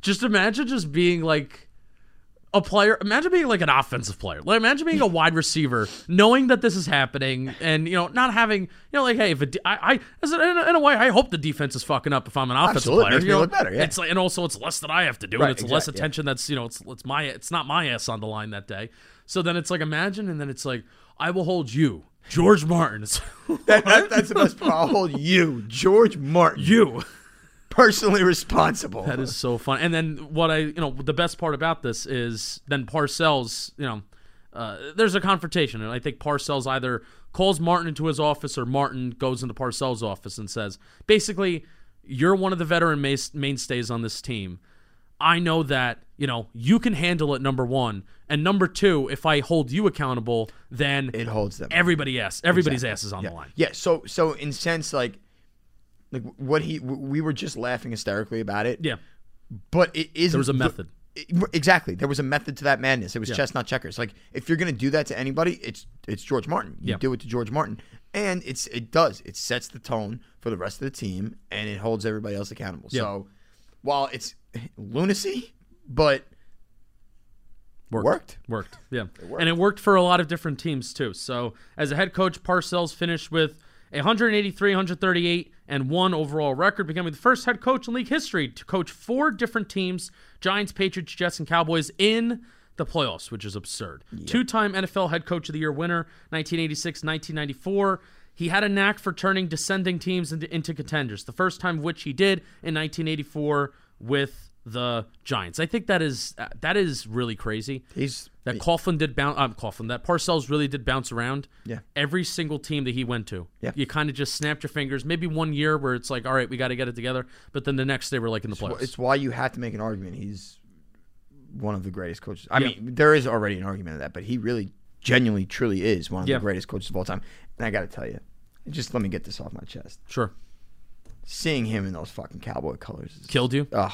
S2: Just imagine just being like a player. Imagine being like an offensive player. Like imagine being a wide receiver, knowing that this is happening, and you know not having you know like hey, if a de- I, I as a, in, a, in a way, I hope the defense is fucking up if I'm an offensive
S3: Absolutely, it
S2: player.
S3: makes
S2: you
S3: me
S2: know?
S3: look better, yeah.
S2: It's like and also it's less that I have to do,
S3: Right,
S2: and it's less
S3: exact- yeah.
S2: attention that's you know it's it's my it's not my ass on the line that day. So then it's like imagine, and then it's like I will hold you, George Martin. It's
S3: That, that, that's the best part. I'll hold you, George Martin,
S2: you.
S3: personally responsible.
S2: That is so fun. And then what I, you know, the best part about this is then Parcells, you know, uh, there's a confrontation, and I think Parcells either calls Martin into his office or Martin goes into Parcells' office and says, basically, you're one of the veteran mas- mainstays on this team. I know that, you know, you can handle it, number one. And number two, if I hold you accountable, then
S3: it holds them.
S2: everybody ass, everybody's ass is on the line.
S3: Yeah. So so in sense like like what he w- we were just laughing hysterically about it.
S2: Yeah.
S3: But it is
S2: There was a method.
S3: exactly. There was a method to that madness. It was chestnut checkers. Like if you're gonna do that to anybody, it's it's George Martin. You
S2: Yeah.
S3: do it to George Martin, and it's it does. It sets the tone for the rest of the team, and it holds everybody else accountable. So while it's lunacy, but
S2: Worked.
S3: Worked.
S2: [laughs] Worked. Yeah. And it worked for a lot of different teams too. So as a head coach, Parcells finished with 183, 138, and one overall record, becoming the first head coach in league history to coach four different teams: Giants, Patriots, Jets, and Cowboys in the playoffs, which is absurd. Two-time NFL head coach of the year winner, 1986, 1994. He had a knack for turning descending teams into, into contenders. The first time which he did in 1984 with the Giants. I think that is uh, that is really crazy.
S3: he's
S2: That Coughlin did bounce. Um, Coughlin. That Parcells really did bounce around.
S3: Yeah.
S2: Every single team that he went to.
S3: Yeah.
S2: You kind of just snapped your fingers. Maybe one year where it's like, all right, we got to get it together. But then the next day we're like in the playoffs.
S3: it's why you have to make an argument. He's one of the greatest coaches. I mean, there is already an argument of that, but he really, genuinely, truly is one of
S2: Yeah.
S3: the greatest coaches of all time. And I got to tell you, just let me get this off my chest.
S2: sure.
S3: Seeing him in those fucking cowboy colors is,
S2: Killed you.
S3: Ugh,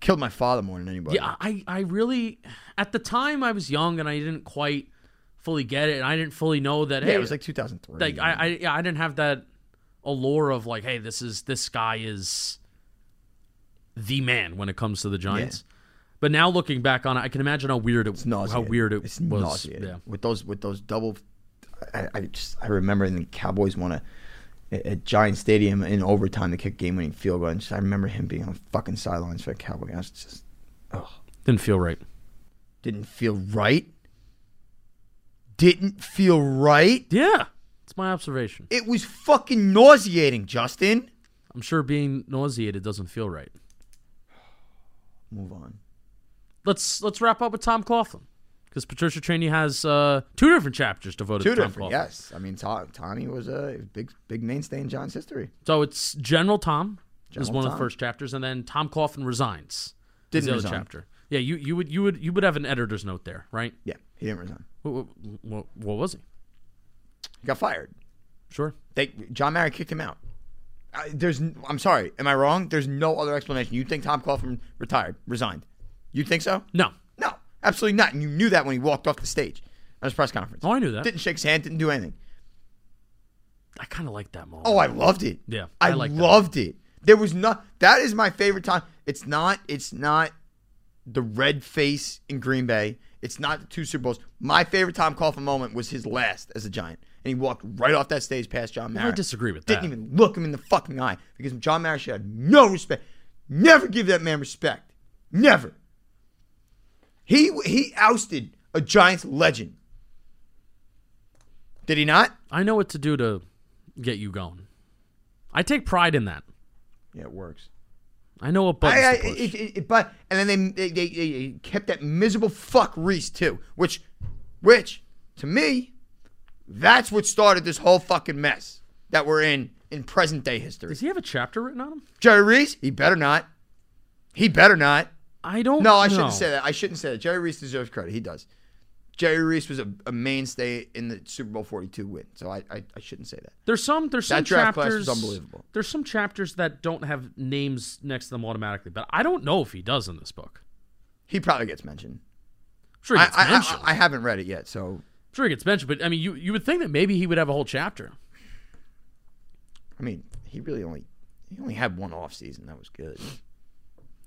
S3: killed my father more than anybody.
S2: Yeah, I, I really, at the time I was young and I didn't quite fully get it, and I didn't fully know that.
S3: yeah,
S2: hey,
S3: it was like 2003.
S2: like I, I yeah, I didn't have that allure of like, hey, this is this guy is the man when it comes to the Giants. But now looking back on it, I can imagine how weird it was. How
S3: nauseating.
S2: weird it
S3: it's
S2: was.
S3: Nauseating.
S2: Yeah.
S3: With those with those double, I, I just I remember in the Cowboys won a at Giant Stadium in overtime to kick game winning field goal. And just, I remember him being on fucking sidelines for a Cowboy. game. I was just
S2: Didn't feel right.
S3: didn't feel right. Didn't feel right.
S2: Yeah. It's my observation.
S3: It was fucking nauseating, Justin.
S2: I'm sure being nauseated doesn't feel right.
S3: Move on.
S2: Let's let's wrap up with Tom Coughlin. Because Patricia Trainey has uh, two different chapters devoted
S3: Two
S2: to Tom
S3: different,
S2: Coughlin.
S3: yes. I mean, Tom, Tommy was a big, big mainstay in John's history.
S2: So it's General Tom is
S3: General
S2: one of the
S3: Tom.
S2: first chapters, and then Tom Coughlin resigns. is
S3: Didn't
S2: the other
S3: resign.
S2: chapter. Yeah, you, you would you would you would have an editor's note there, right?
S3: Yeah, he didn't resign.
S2: What, what, what was he?
S3: He got fired.
S2: Sure.
S3: They John Mara kicked him out. I, there's, n- I'm sorry, am I wrong? There's no other explanation. You think Tom Coughlin retired, resigned? You think so?
S2: No.
S3: No, absolutely not. And you knew that when he walked off the stage at his press conference.
S2: Oh, I knew that.
S3: Didn't shake his hand. Didn't do anything.
S2: I kind of like that moment.
S3: Oh, I loved it.
S2: Yeah,
S3: I,
S2: I like that.
S3: loved it. There was not. That is my favorite time. It's not. It's not the red face in Green Bay. It's not the two Super Bowls. My favorite Tom Coughlin moment was his last as a Giant, and he walked right off that stage past John Mara.
S2: I disagree with
S3: Didn't
S2: that.
S3: even look him in the fucking eye because John Mara should have no respect. Never give that man respect. Never. He he ousted a Giants legend. Did he not?
S2: I know what to do to get you going. I take pride in that.
S3: Yeah, it works.
S2: I know what buttons
S3: I, I,
S2: to push.
S3: it, it, it- but and then they they, they they kept that miserable fuck Reese too, which, which to me, that's what started this whole fucking mess that we're in in present day history.
S2: Does he have a chapter written on him?
S3: Jerry Reese, he better not. He better not.
S2: I don't.
S3: No, I shouldn't
S2: know.
S3: say that. I shouldn't say that. Jerry Reese deserves credit. He does. Jerry Reese was a, a mainstay in the Super Bowl 42 win, so I I, I shouldn't say that.
S2: There's some. There's some
S3: That draft class
S2: chapters.
S3: was unbelievable.
S2: There's some chapters that don't have names next to them automatically, but I don't know if he does in this book.
S3: He probably gets mentioned.
S2: I'm sure he
S3: I,
S2: gets
S3: I, I,
S2: mentioned.
S3: I haven't read it yet, so
S2: I'm sure he gets mentioned, but I mean, you you would think that maybe he would have a whole chapter.
S3: I mean, he really only he only had one off season. That was good.
S2: [laughs]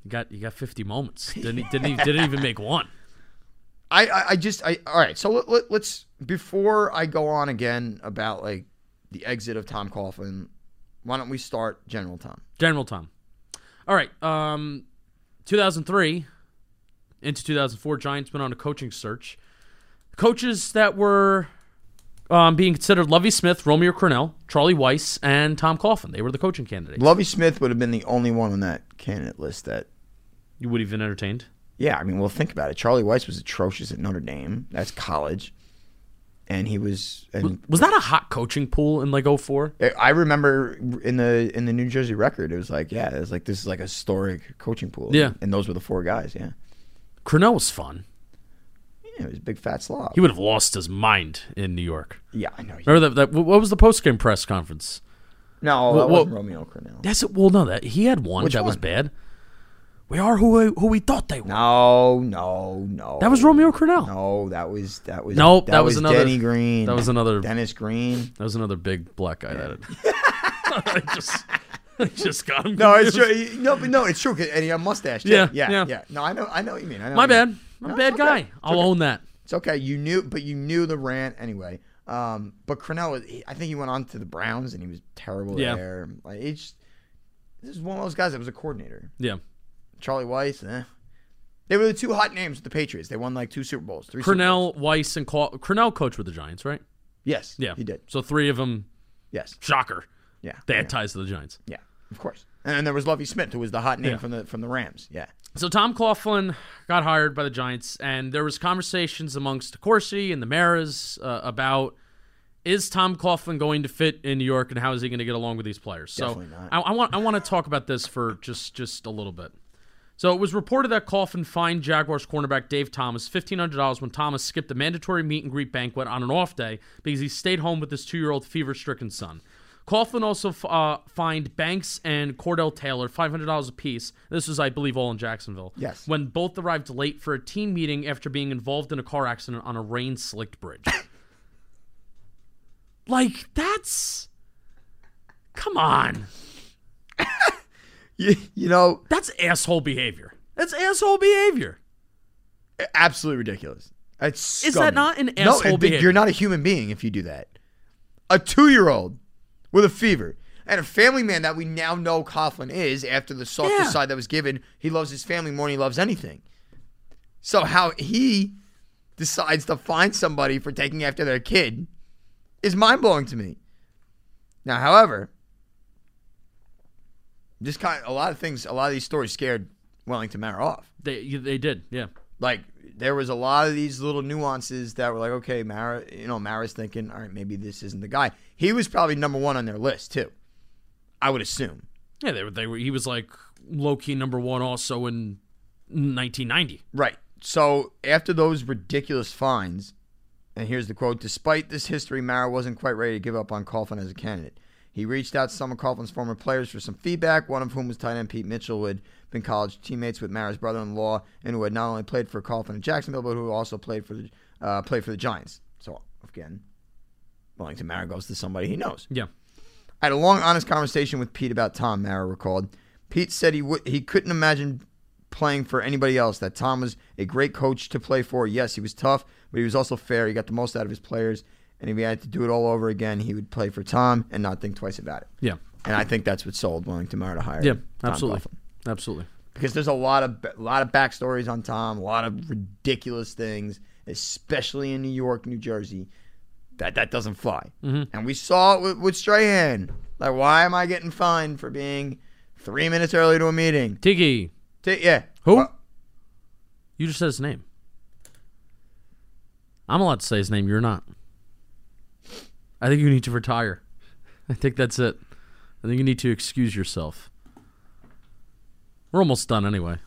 S2: You got you got 50 moments. Didn't he, didn't he, didn't even make one.
S3: I, I, I just I all right. So let, let, let's before I go on again about like the exit of Tom Coughlin, why don't we start General Tom?
S2: General Tom. All right. Um, 2003 into 2004, Giants went on a coaching search. Coaches that were um, being considered Lovey Smith, Romeo Cornell, Charlie Weiss, and Tom Coughlin. They were the coaching candidates.
S3: Lovey Smith would have been the only one on that candidate list that.
S2: you would have been entertained.
S3: Yeah, I mean, well, think about it. Charlie Weiss was atrocious at Notre Dame. That's college, and he was. And
S2: Was that a hot coaching pool in like 04?
S3: I- I remember in the in the New Jersey Record, it was like, yeah, it was like this is like a historic coaching pool.
S2: Yeah.
S3: and those were the four guys. Yeah,
S2: Cornell was fun.
S3: yeah it was a big fat slob.
S2: He would have lost his mind in New York.
S3: yeah, I know.
S2: Remember that? that what was the post game press conference?
S3: no, that
S2: Well,
S3: wasn't
S2: well-
S3: Romeo Cornell.
S2: That's it. Well, no, that he had one
S3: Which
S2: that was
S3: one?
S2: bad. We are who we, who we thought they were.
S3: No, no, no.
S2: That was Romeo Cornell.
S3: No, that was that was.
S2: Nope, that was another-
S3: Denny Green.
S2: that was another-
S3: Dennis Green.
S2: [laughs] That was another big black guy that I [laughs] just, I just got him.
S3: No, it's
S2: confused.
S3: true. No, but no, it's true. 'cause- And he had a mustache. too.
S2: Yeah,
S3: yeah,
S2: yeah.
S3: yeah, No, I know, I know what you mean. I know
S2: My
S3: what you mean.
S2: bad. I'm a
S3: No,
S2: bad
S3: it's
S2: guy.
S3: okay. It's
S2: I'll
S3: okay.
S2: own that.
S3: It's okay. You knew, but you knew the rant anyway. Um, but Cornell, he- I think he went on to the Browns and he was terrible
S2: Yeah.
S3: there. Like it's just, this is one of those guys that was a coordinator.
S2: Yeah.
S3: Charlie Weiss. Eh. They were the two hot names with the Patriots. They won like two Super Bowls. Three Super
S2: Cornell,
S3: Bowls.
S2: Weiss, and Cla- Cornell coached with the Giants, right?
S3: Yes.
S2: Yeah.
S3: He did.
S2: So three of them,
S3: Yes.
S2: shocker,
S3: Yeah.
S2: they
S3: yeah.
S2: had ties to the Giants.
S3: Yeah, of course. And then there was Lovey Smith, who was the hot name
S2: Yeah.
S3: from the from the Rams. Yeah,
S2: So Tom Coughlin got hired by the Giants, and there was conversations amongst Corsi and the Maras uh, about is Tom Coughlin going to fit in New York, and how is he going to get along with these players?
S3: Definitely
S2: so
S3: not.
S2: I, I want I want to talk about this for just just a little bit. So it was reported that Coughlin fined Jaguars cornerback Dave Thomas fifteen hundred dollars when Thomas skipped a mandatory meet and greet banquet on an off day because he stayed home with his two-year-old fever-stricken son. Coughlin also f- uh, fined Banks and Cordell Taylor five hundred dollars apiece. This was, I believe, all in Jacksonville.
S3: Yes.
S2: When both arrived late for a team meeting after being involved in a car accident on a rain-slicked bridge. like that's, come on,
S3: you, you know,
S2: that's asshole behavior. That's asshole behavior.
S3: absolutely ridiculous. It's
S2: Is that not an asshole
S3: No, it-
S2: behavior?
S3: you're not a human being if you do that. A two year old with a fever and a family man that we now know Coughlin is after the soft
S2: Yeah.
S3: side that was given. He loves his family more than he loves anything. So how he decides to find somebody for taking after their kid is mind blowing to me. Now, however, this kind a lot of things, a lot of these stories scared Wellington Manor off
S2: They you- they did, yeah.
S3: like there was a lot of these little nuances that were like, okay, Mara, you know, Mara's thinking, all right, maybe this isn't the guy. He was probably number one on their list too. I would assume.
S2: Yeah, they were. They were. He was like low key number one, also in 1990.
S3: Right. So after those ridiculous fines, and here's the quote: Despite this history, Mara wasn't quite ready to give up on Coughlin as a candidate. He reached out to some of Coughlin's former players for some feedback, one of whom was tight end Pete Mitchell, who had been college teammates with Mara's brother-in-law, and who had not only played for Coughlin at Jacksonville, but who also played for the uh, played for the Giants. So again, Wellington Mara goes to somebody he knows.
S2: Yeah,
S3: I had a long, honest conversation with Pete about Tom. Mara recalled. Pete said he would he couldn't imagine playing for anybody else. That Tom was a great coach to play for. Yes, he was tough, but he was also fair. He got the most out of his players, and if he had to do it all over again, he would play for Tom and not think twice about it.
S2: yeah,
S3: And I think that's what sold Wellington Mara to hire.
S2: yeah.
S3: Tom
S2: Absolutely,
S3: Coughlin.
S2: absolutely.
S3: because there's a lot of a lot of backstories on Tom, a lot of ridiculous things, especially in New York, New Jersey. That that doesn't fly.
S2: Mm-hmm.
S3: And we saw it with, with Strahan. Like, why am I getting fined for being three minutes early to a meeting?
S2: Tiggy,
S3: T- yeah.
S2: who?
S3: Well,
S2: you just said his name. I'm allowed to say his name. You're not. I think you need to retire. [laughs] I think that's it. I think you need to excuse yourself. We're almost done anyway.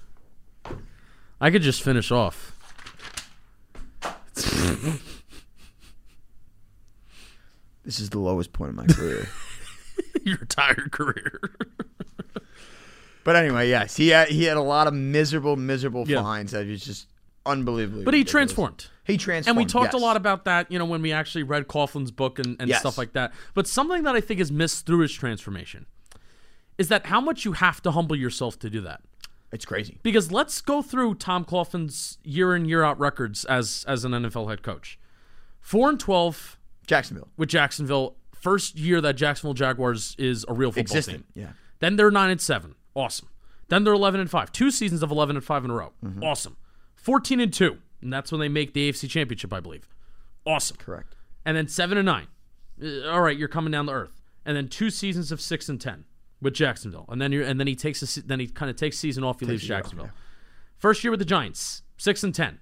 S2: I could just finish off.
S3: This is the lowest point of
S2: [laughs]
S3: my career.
S2: [laughs] Your entire career.
S3: but anyway, yes, he had he had a lot of miserable, miserable
S2: Yeah.
S3: fines that was just unbelievable.
S2: But he transformed.
S3: He
S2: And
S3: transformed.
S2: we talked a
S3: yes.
S2: lot about that, you know, when we actually read Coughlin's book and, and
S3: Yes.
S2: stuff like that. But something that I think is missed through his transformation is that how much you have to humble yourself to do that.
S3: It's crazy.
S2: Because let's go through Tom Coughlin's year in year out records as as an NFL head coach. Four and twelve
S3: Jacksonville.
S2: with Jacksonville, first year that Jacksonville Jaguars is a real football
S3: Existent.
S2: team.
S3: Yeah.
S2: Then they're nine and seven. Awesome. Then they're eleven and five. Two seasons of eleven and five in a row.
S3: Mm-hmm.
S2: Awesome. Fourteen and two, and that's when they make the AFC Championship, I believe. Awesome.
S3: Correct.
S2: And then seven and nine. Uh, All right, you're coming down to earth. And then two seasons of six and ten with Jacksonville, and then you and then he takes a, se- then he kind of takes season off. He leaves
S3: a year off,
S2: Jacksonville. First year with the Giants, six and ten.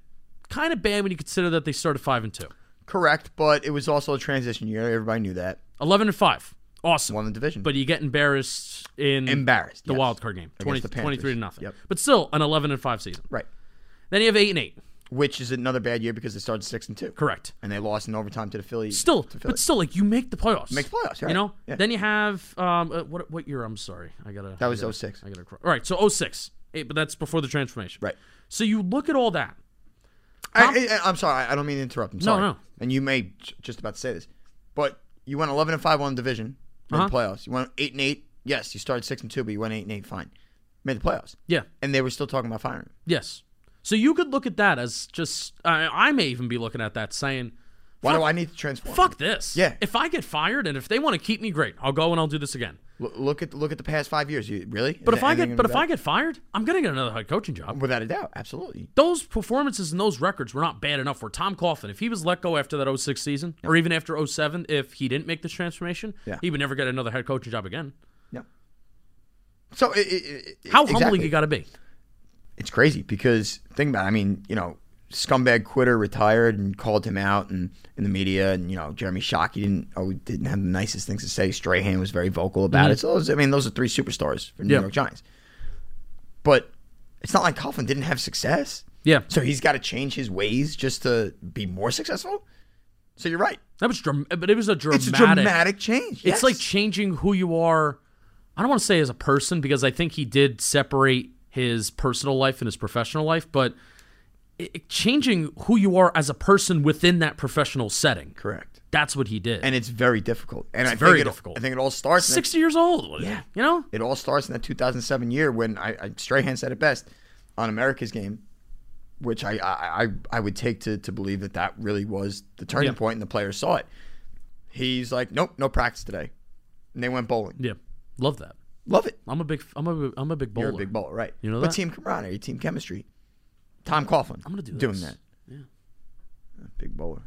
S2: Kind of bad when you consider that they started five and two.
S3: Correct, but it was also a transition year. Everybody knew that.
S2: 11 and 5. Awesome.
S3: Won the division.
S2: But you get embarrassed in
S3: Embarrassed,
S2: the
S3: yes.
S2: wild card game. 20,
S3: the Panthers.
S2: 23 to nothing.
S3: Yep.
S2: But still an 11 and 5 season.
S3: Right.
S2: Then you have 8 and 8.
S3: Which is another bad year because they started six and two.
S2: Correct.
S3: And they lost in overtime to the Phillies.
S2: Still,
S3: to Philly.
S2: but still like you make the playoffs.
S3: Make the playoffs, right.
S2: You know?
S3: Yeah.
S2: Then you have um uh, what what year? I'm sorry. I got to
S3: that was 06.
S2: I got to All right, so 06. Hey, but that's before the transformation.
S3: Right.
S2: So you look at all that.
S3: I, I, am sorry. I don't mean to interrupt. I'm sorry.
S2: no.
S3: And you may j- just about say this, but you went 11 and five on the division, made
S2: Uh-huh.
S3: the playoffs. You went eight and eight. Yes, you started six and two, but you went eight and eight. Fine, made the playoffs.
S2: Yeah.
S3: And they were still talking about firing. him.
S2: Yes. So you could look at that as just I I may even be looking at that saying
S3: Why do I need to transform?
S2: fuck this.
S3: Yeah.
S2: If I get fired and if they want to keep me, great. I'll go and I'll do this again.
S3: L- look at look at the past five years. You, really?
S2: But if I get but if I get fired, I'm gonna get another head coaching job.
S3: without a doubt, absolutely.
S2: Those performances and those records were not bad enough for Tom Coughlin. If he was let go after that 06 season, or even after 07, if he didn't make this transformation,
S3: Yeah.
S2: he would never get another head coaching job again.
S3: Yeah. So it, it, it,
S2: How
S3: E, exactly.
S2: humbling you got to be.
S3: it's crazy because think about it. I mean, you know, scumbag quitter retired and called him out and in the media and you know, Jeremy Shockey didn't oh didn't have the nicest things to say. Strahan was very vocal about it. So those, I mean, those are three superstars for New
S2: Mm-hmm. Yeah.
S3: York Giants. But it's not like Coughlin didn't have success.
S2: Yeah,
S3: So he's got to change his ways just to be more successful. So you're right.
S2: that was dram- but it was a dramatic.
S3: It's a dramatic change.
S2: It's like
S3: Yes.
S2: changing who you are. I don't want to say as a person because I think he did separate his personal life and his professional life, but it, it- changing who you are as a person within that professional setting.
S3: correct.
S2: That's what he did.
S3: And it's very difficult. And I
S2: very
S3: think it,
S2: difficult.
S3: I think it all starts in that
S2: 60 years old. Yeah. You know?
S3: It all starts in that 2007 year when I, I Strahan said it best on America's Game, which I I, I, I would take to, to believe that that really was the turning
S2: Yeah.
S3: point and the players saw it. He's like, nope, no practice today, and they went bowling.
S2: Yeah. Love that.
S3: Love it.
S2: I'm a big I'm a I'm a big bowler.
S3: You're a big bowler, right?
S2: You know
S3: but
S2: that?
S3: team camaraderie, team chemistry. Tom Coughlin. I'm
S2: gonna do
S3: doing
S2: this.
S3: that. Yeah, big bowler.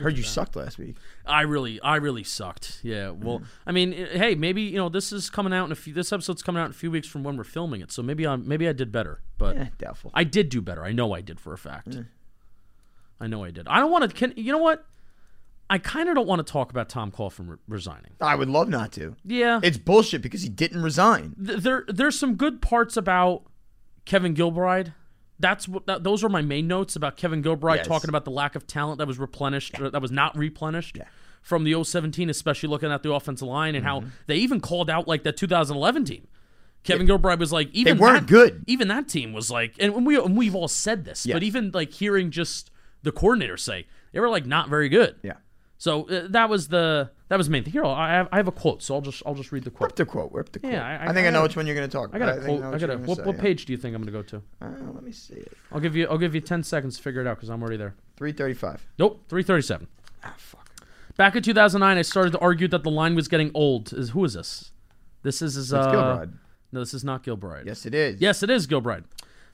S3: Heard you sucked last week.
S2: I really I really sucked. Yeah. Well, I mean, eh, hey, maybe, you know, this is coming out in a few this episode's coming out in a few weeks from when we're filming it. So maybe I maybe I did better. But
S3: Eh, doubtful.
S2: I did do better. I know I did for a fact. I know I did. I don't want to. Can you know what? I kind of don't want to talk about Tom Coughlin re- resigning.
S3: I would love not to.
S2: Yeah,
S3: It's bullshit because he didn't resign.
S2: Th- there there's some good parts about Kevin Gilbride. That's what that, those are my main notes about Kevin Gilbride
S3: Yes.
S2: talking about the lack of talent that was replenished or that was not replenished from the 017 especially looking at the offensive line and
S3: Mm-hmm.
S2: how they even called out like that 2011 team. Kevin Gilbride was like even
S3: weren't
S2: that,
S3: good.
S2: Even that team was like and we and we've all said this, but
S3: Yes.
S2: even like hearing just the coordinator say they were like not very good.
S3: Yeah.
S2: So uh, that was the that was the main thing. Here, I have, I have a quote, so I'll just I'll just read the quote.
S3: Rip the quote. Rip the quote.
S2: Yeah, I-
S3: I, think I,
S2: I
S3: know
S2: gotta-
S3: which one you're going to talk
S2: I got a
S3: about.
S2: quote. I got a.
S3: to.
S2: What, what page do you think I'm gonna go to?
S3: Uh, let me see it.
S2: I'll give you. I'll give you ten seconds to figure it out because I'm already there.
S3: 335.
S2: Nope, three thirty-seven.
S3: Ah, fuck.
S2: Back in 2009, I started to argue that the line was getting old. Is who is this? This is is. Uh,
S3: Gilbride.
S2: No, this is not Gilbride.
S3: Yes, it is.
S2: Yes, it is Gilbride.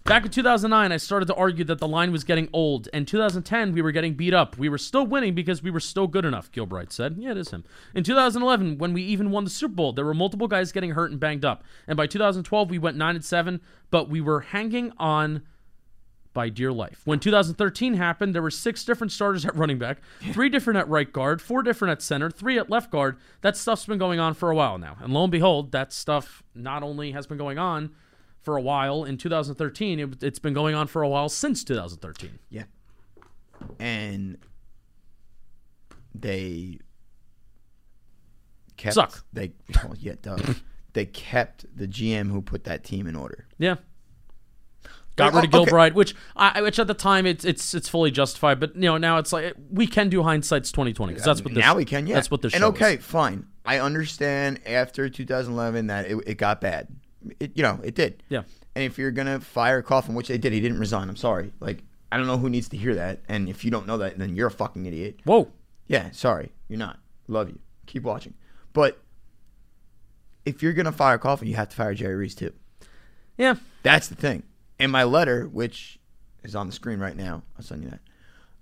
S2: Back in 2009, I started to argue that the line was getting old. In 2010, we were getting beat up. We were still winning because we were still good enough, Gilbride said. Yeah, it is him. In 2011, when we even won the Super Bowl, there were multiple guys getting hurt and banged up. And by 2012, we went 9 and 7, but we were hanging on by dear life. When 2013 happened, there were six different starters at running back, three different at right guard, four different at center, three at left guard. That stuff's been going on for a while now. And lo and behold, that stuff not only has been going on for a while in 2013, it, it's been going on for a while since 2013.
S3: Yeah. And they kept.
S2: Suck.
S3: They, [laughs] well, yeah, duh. they kept the GM who put that team in order.
S2: Yeah. Got
S3: Oh,
S2: rid of
S3: okay.
S2: Gilbride, which I, which at the time it's it's it's fully justified, but you know now it's like we can do hindsight's twenty twenty because that's what this,
S3: now we can, yeah.
S2: that's what this
S3: And
S2: show
S3: okay,
S2: is.
S3: fine. I understand after 2011 that it, it got bad. It, you know, it did.
S2: yeah
S3: And if you're gonna fire Coughlin, which they did, he didn't resign. I'm sorry. Like I don't know who needs to hear that. And if you don't know that, then you're a fucking idiot.
S2: Whoa.
S3: Yeah, sorry, you're not. Love you. Keep watching. But if you're gonna fire Coughlin, you have to fire Jerry Reese too.
S2: Yeah.
S3: That's the thing. In my letter, which is on the screen right now, I'll send you that.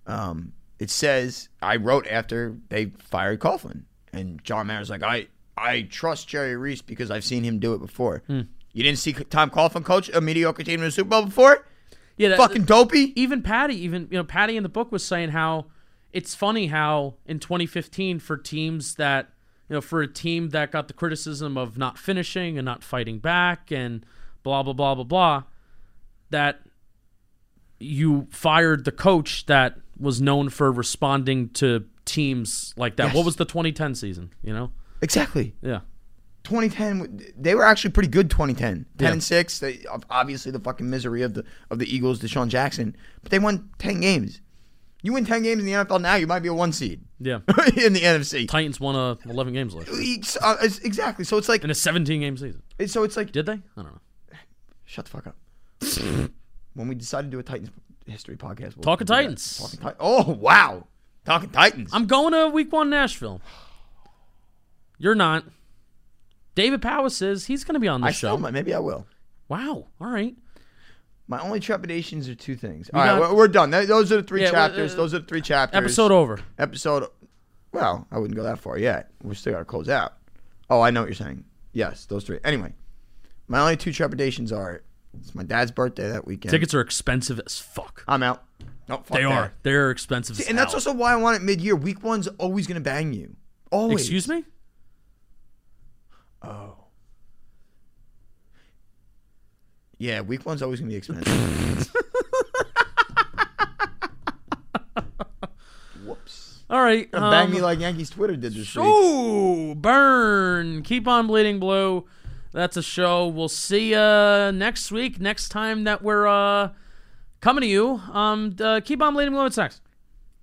S3: Um, it says I wrote after they fired Coughlin, and John Mara's like, I I trust Jerry Reese because I've seen him do it before.
S2: Hmm.
S3: You didn't see Tom Coughlin coach a mediocre team in the Super Bowl before?
S2: Yeah. that-
S3: Fucking dopey.
S2: even Patty, even you know, Patty in the book was saying how it's funny how in 2015 for teams that you know for a team that got the criticism of not finishing and not fighting back and blah blah blah blah blah that you fired the coach that was known for responding to teams like that.
S3: Yes.
S2: What was the 2010 season? You know,
S3: Exactly.
S2: yeah.
S3: 2010 they were actually pretty good 2010 10
S2: Yeah.
S3: and 6 they, obviously the fucking misery of the of the Eagles Deshaun Jackson but they won 10 games you win 10 games in the NFL now you might be a 1 seed
S2: Yeah, [laughs]
S3: [laughs] in the NFC
S2: Titans won uh, 11 games last year
S3: It's, uh, it's- exactly so it's like
S2: in a 17 game season.
S3: it's- so it's like
S2: Did they? I don't know.
S3: shut the fuck up when we decided to do a Titans history podcast we'll
S2: Talking
S3: do that.
S2: Titans.
S3: Talking Ti- oh wow Talking Titans
S2: I'm going to week one Nashville. You're not. David Powell says he's going to be on the
S3: I
S2: show.
S3: still might maybe I will
S2: Wow. All right.
S3: my only trepidations are two things all right
S2: got-
S3: we're, we're done Th- those are the three
S2: Yeah, well,
S3: chapters
S2: uh,
S3: those are the three chapters
S2: Episode over.
S3: episode. Well, I wouldn't go that far yet. We still got to close out. Oh, I know what you're saying. Yes, those three. Anyway, my only two trepidations are it's my dad's birthday that weekend.
S2: Tickets are expensive as fuck.
S3: I'm out. No, fuck
S2: They
S3: that.
S2: are. They're expensive as
S3: And that's
S2: hell.
S3: also why I want it mid year. Week one's always going to bang you. Always.
S2: Excuse me?
S3: Yeah, week one's always going to be expensive.
S2: [laughs]
S3: Whoops.
S2: All right. Um,
S3: bang me like Yankees Twitter did this week.
S2: oh, burn. Keep on bleeding blue. That's a show. We'll see you next week, next time that we're uh, coming to you. Um, uh, keep on bleeding blue. It's next.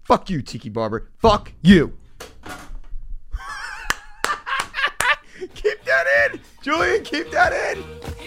S3: Fuck you, Tiki Barber. Fuck you. [laughs] keep that in. Julian, keep that in.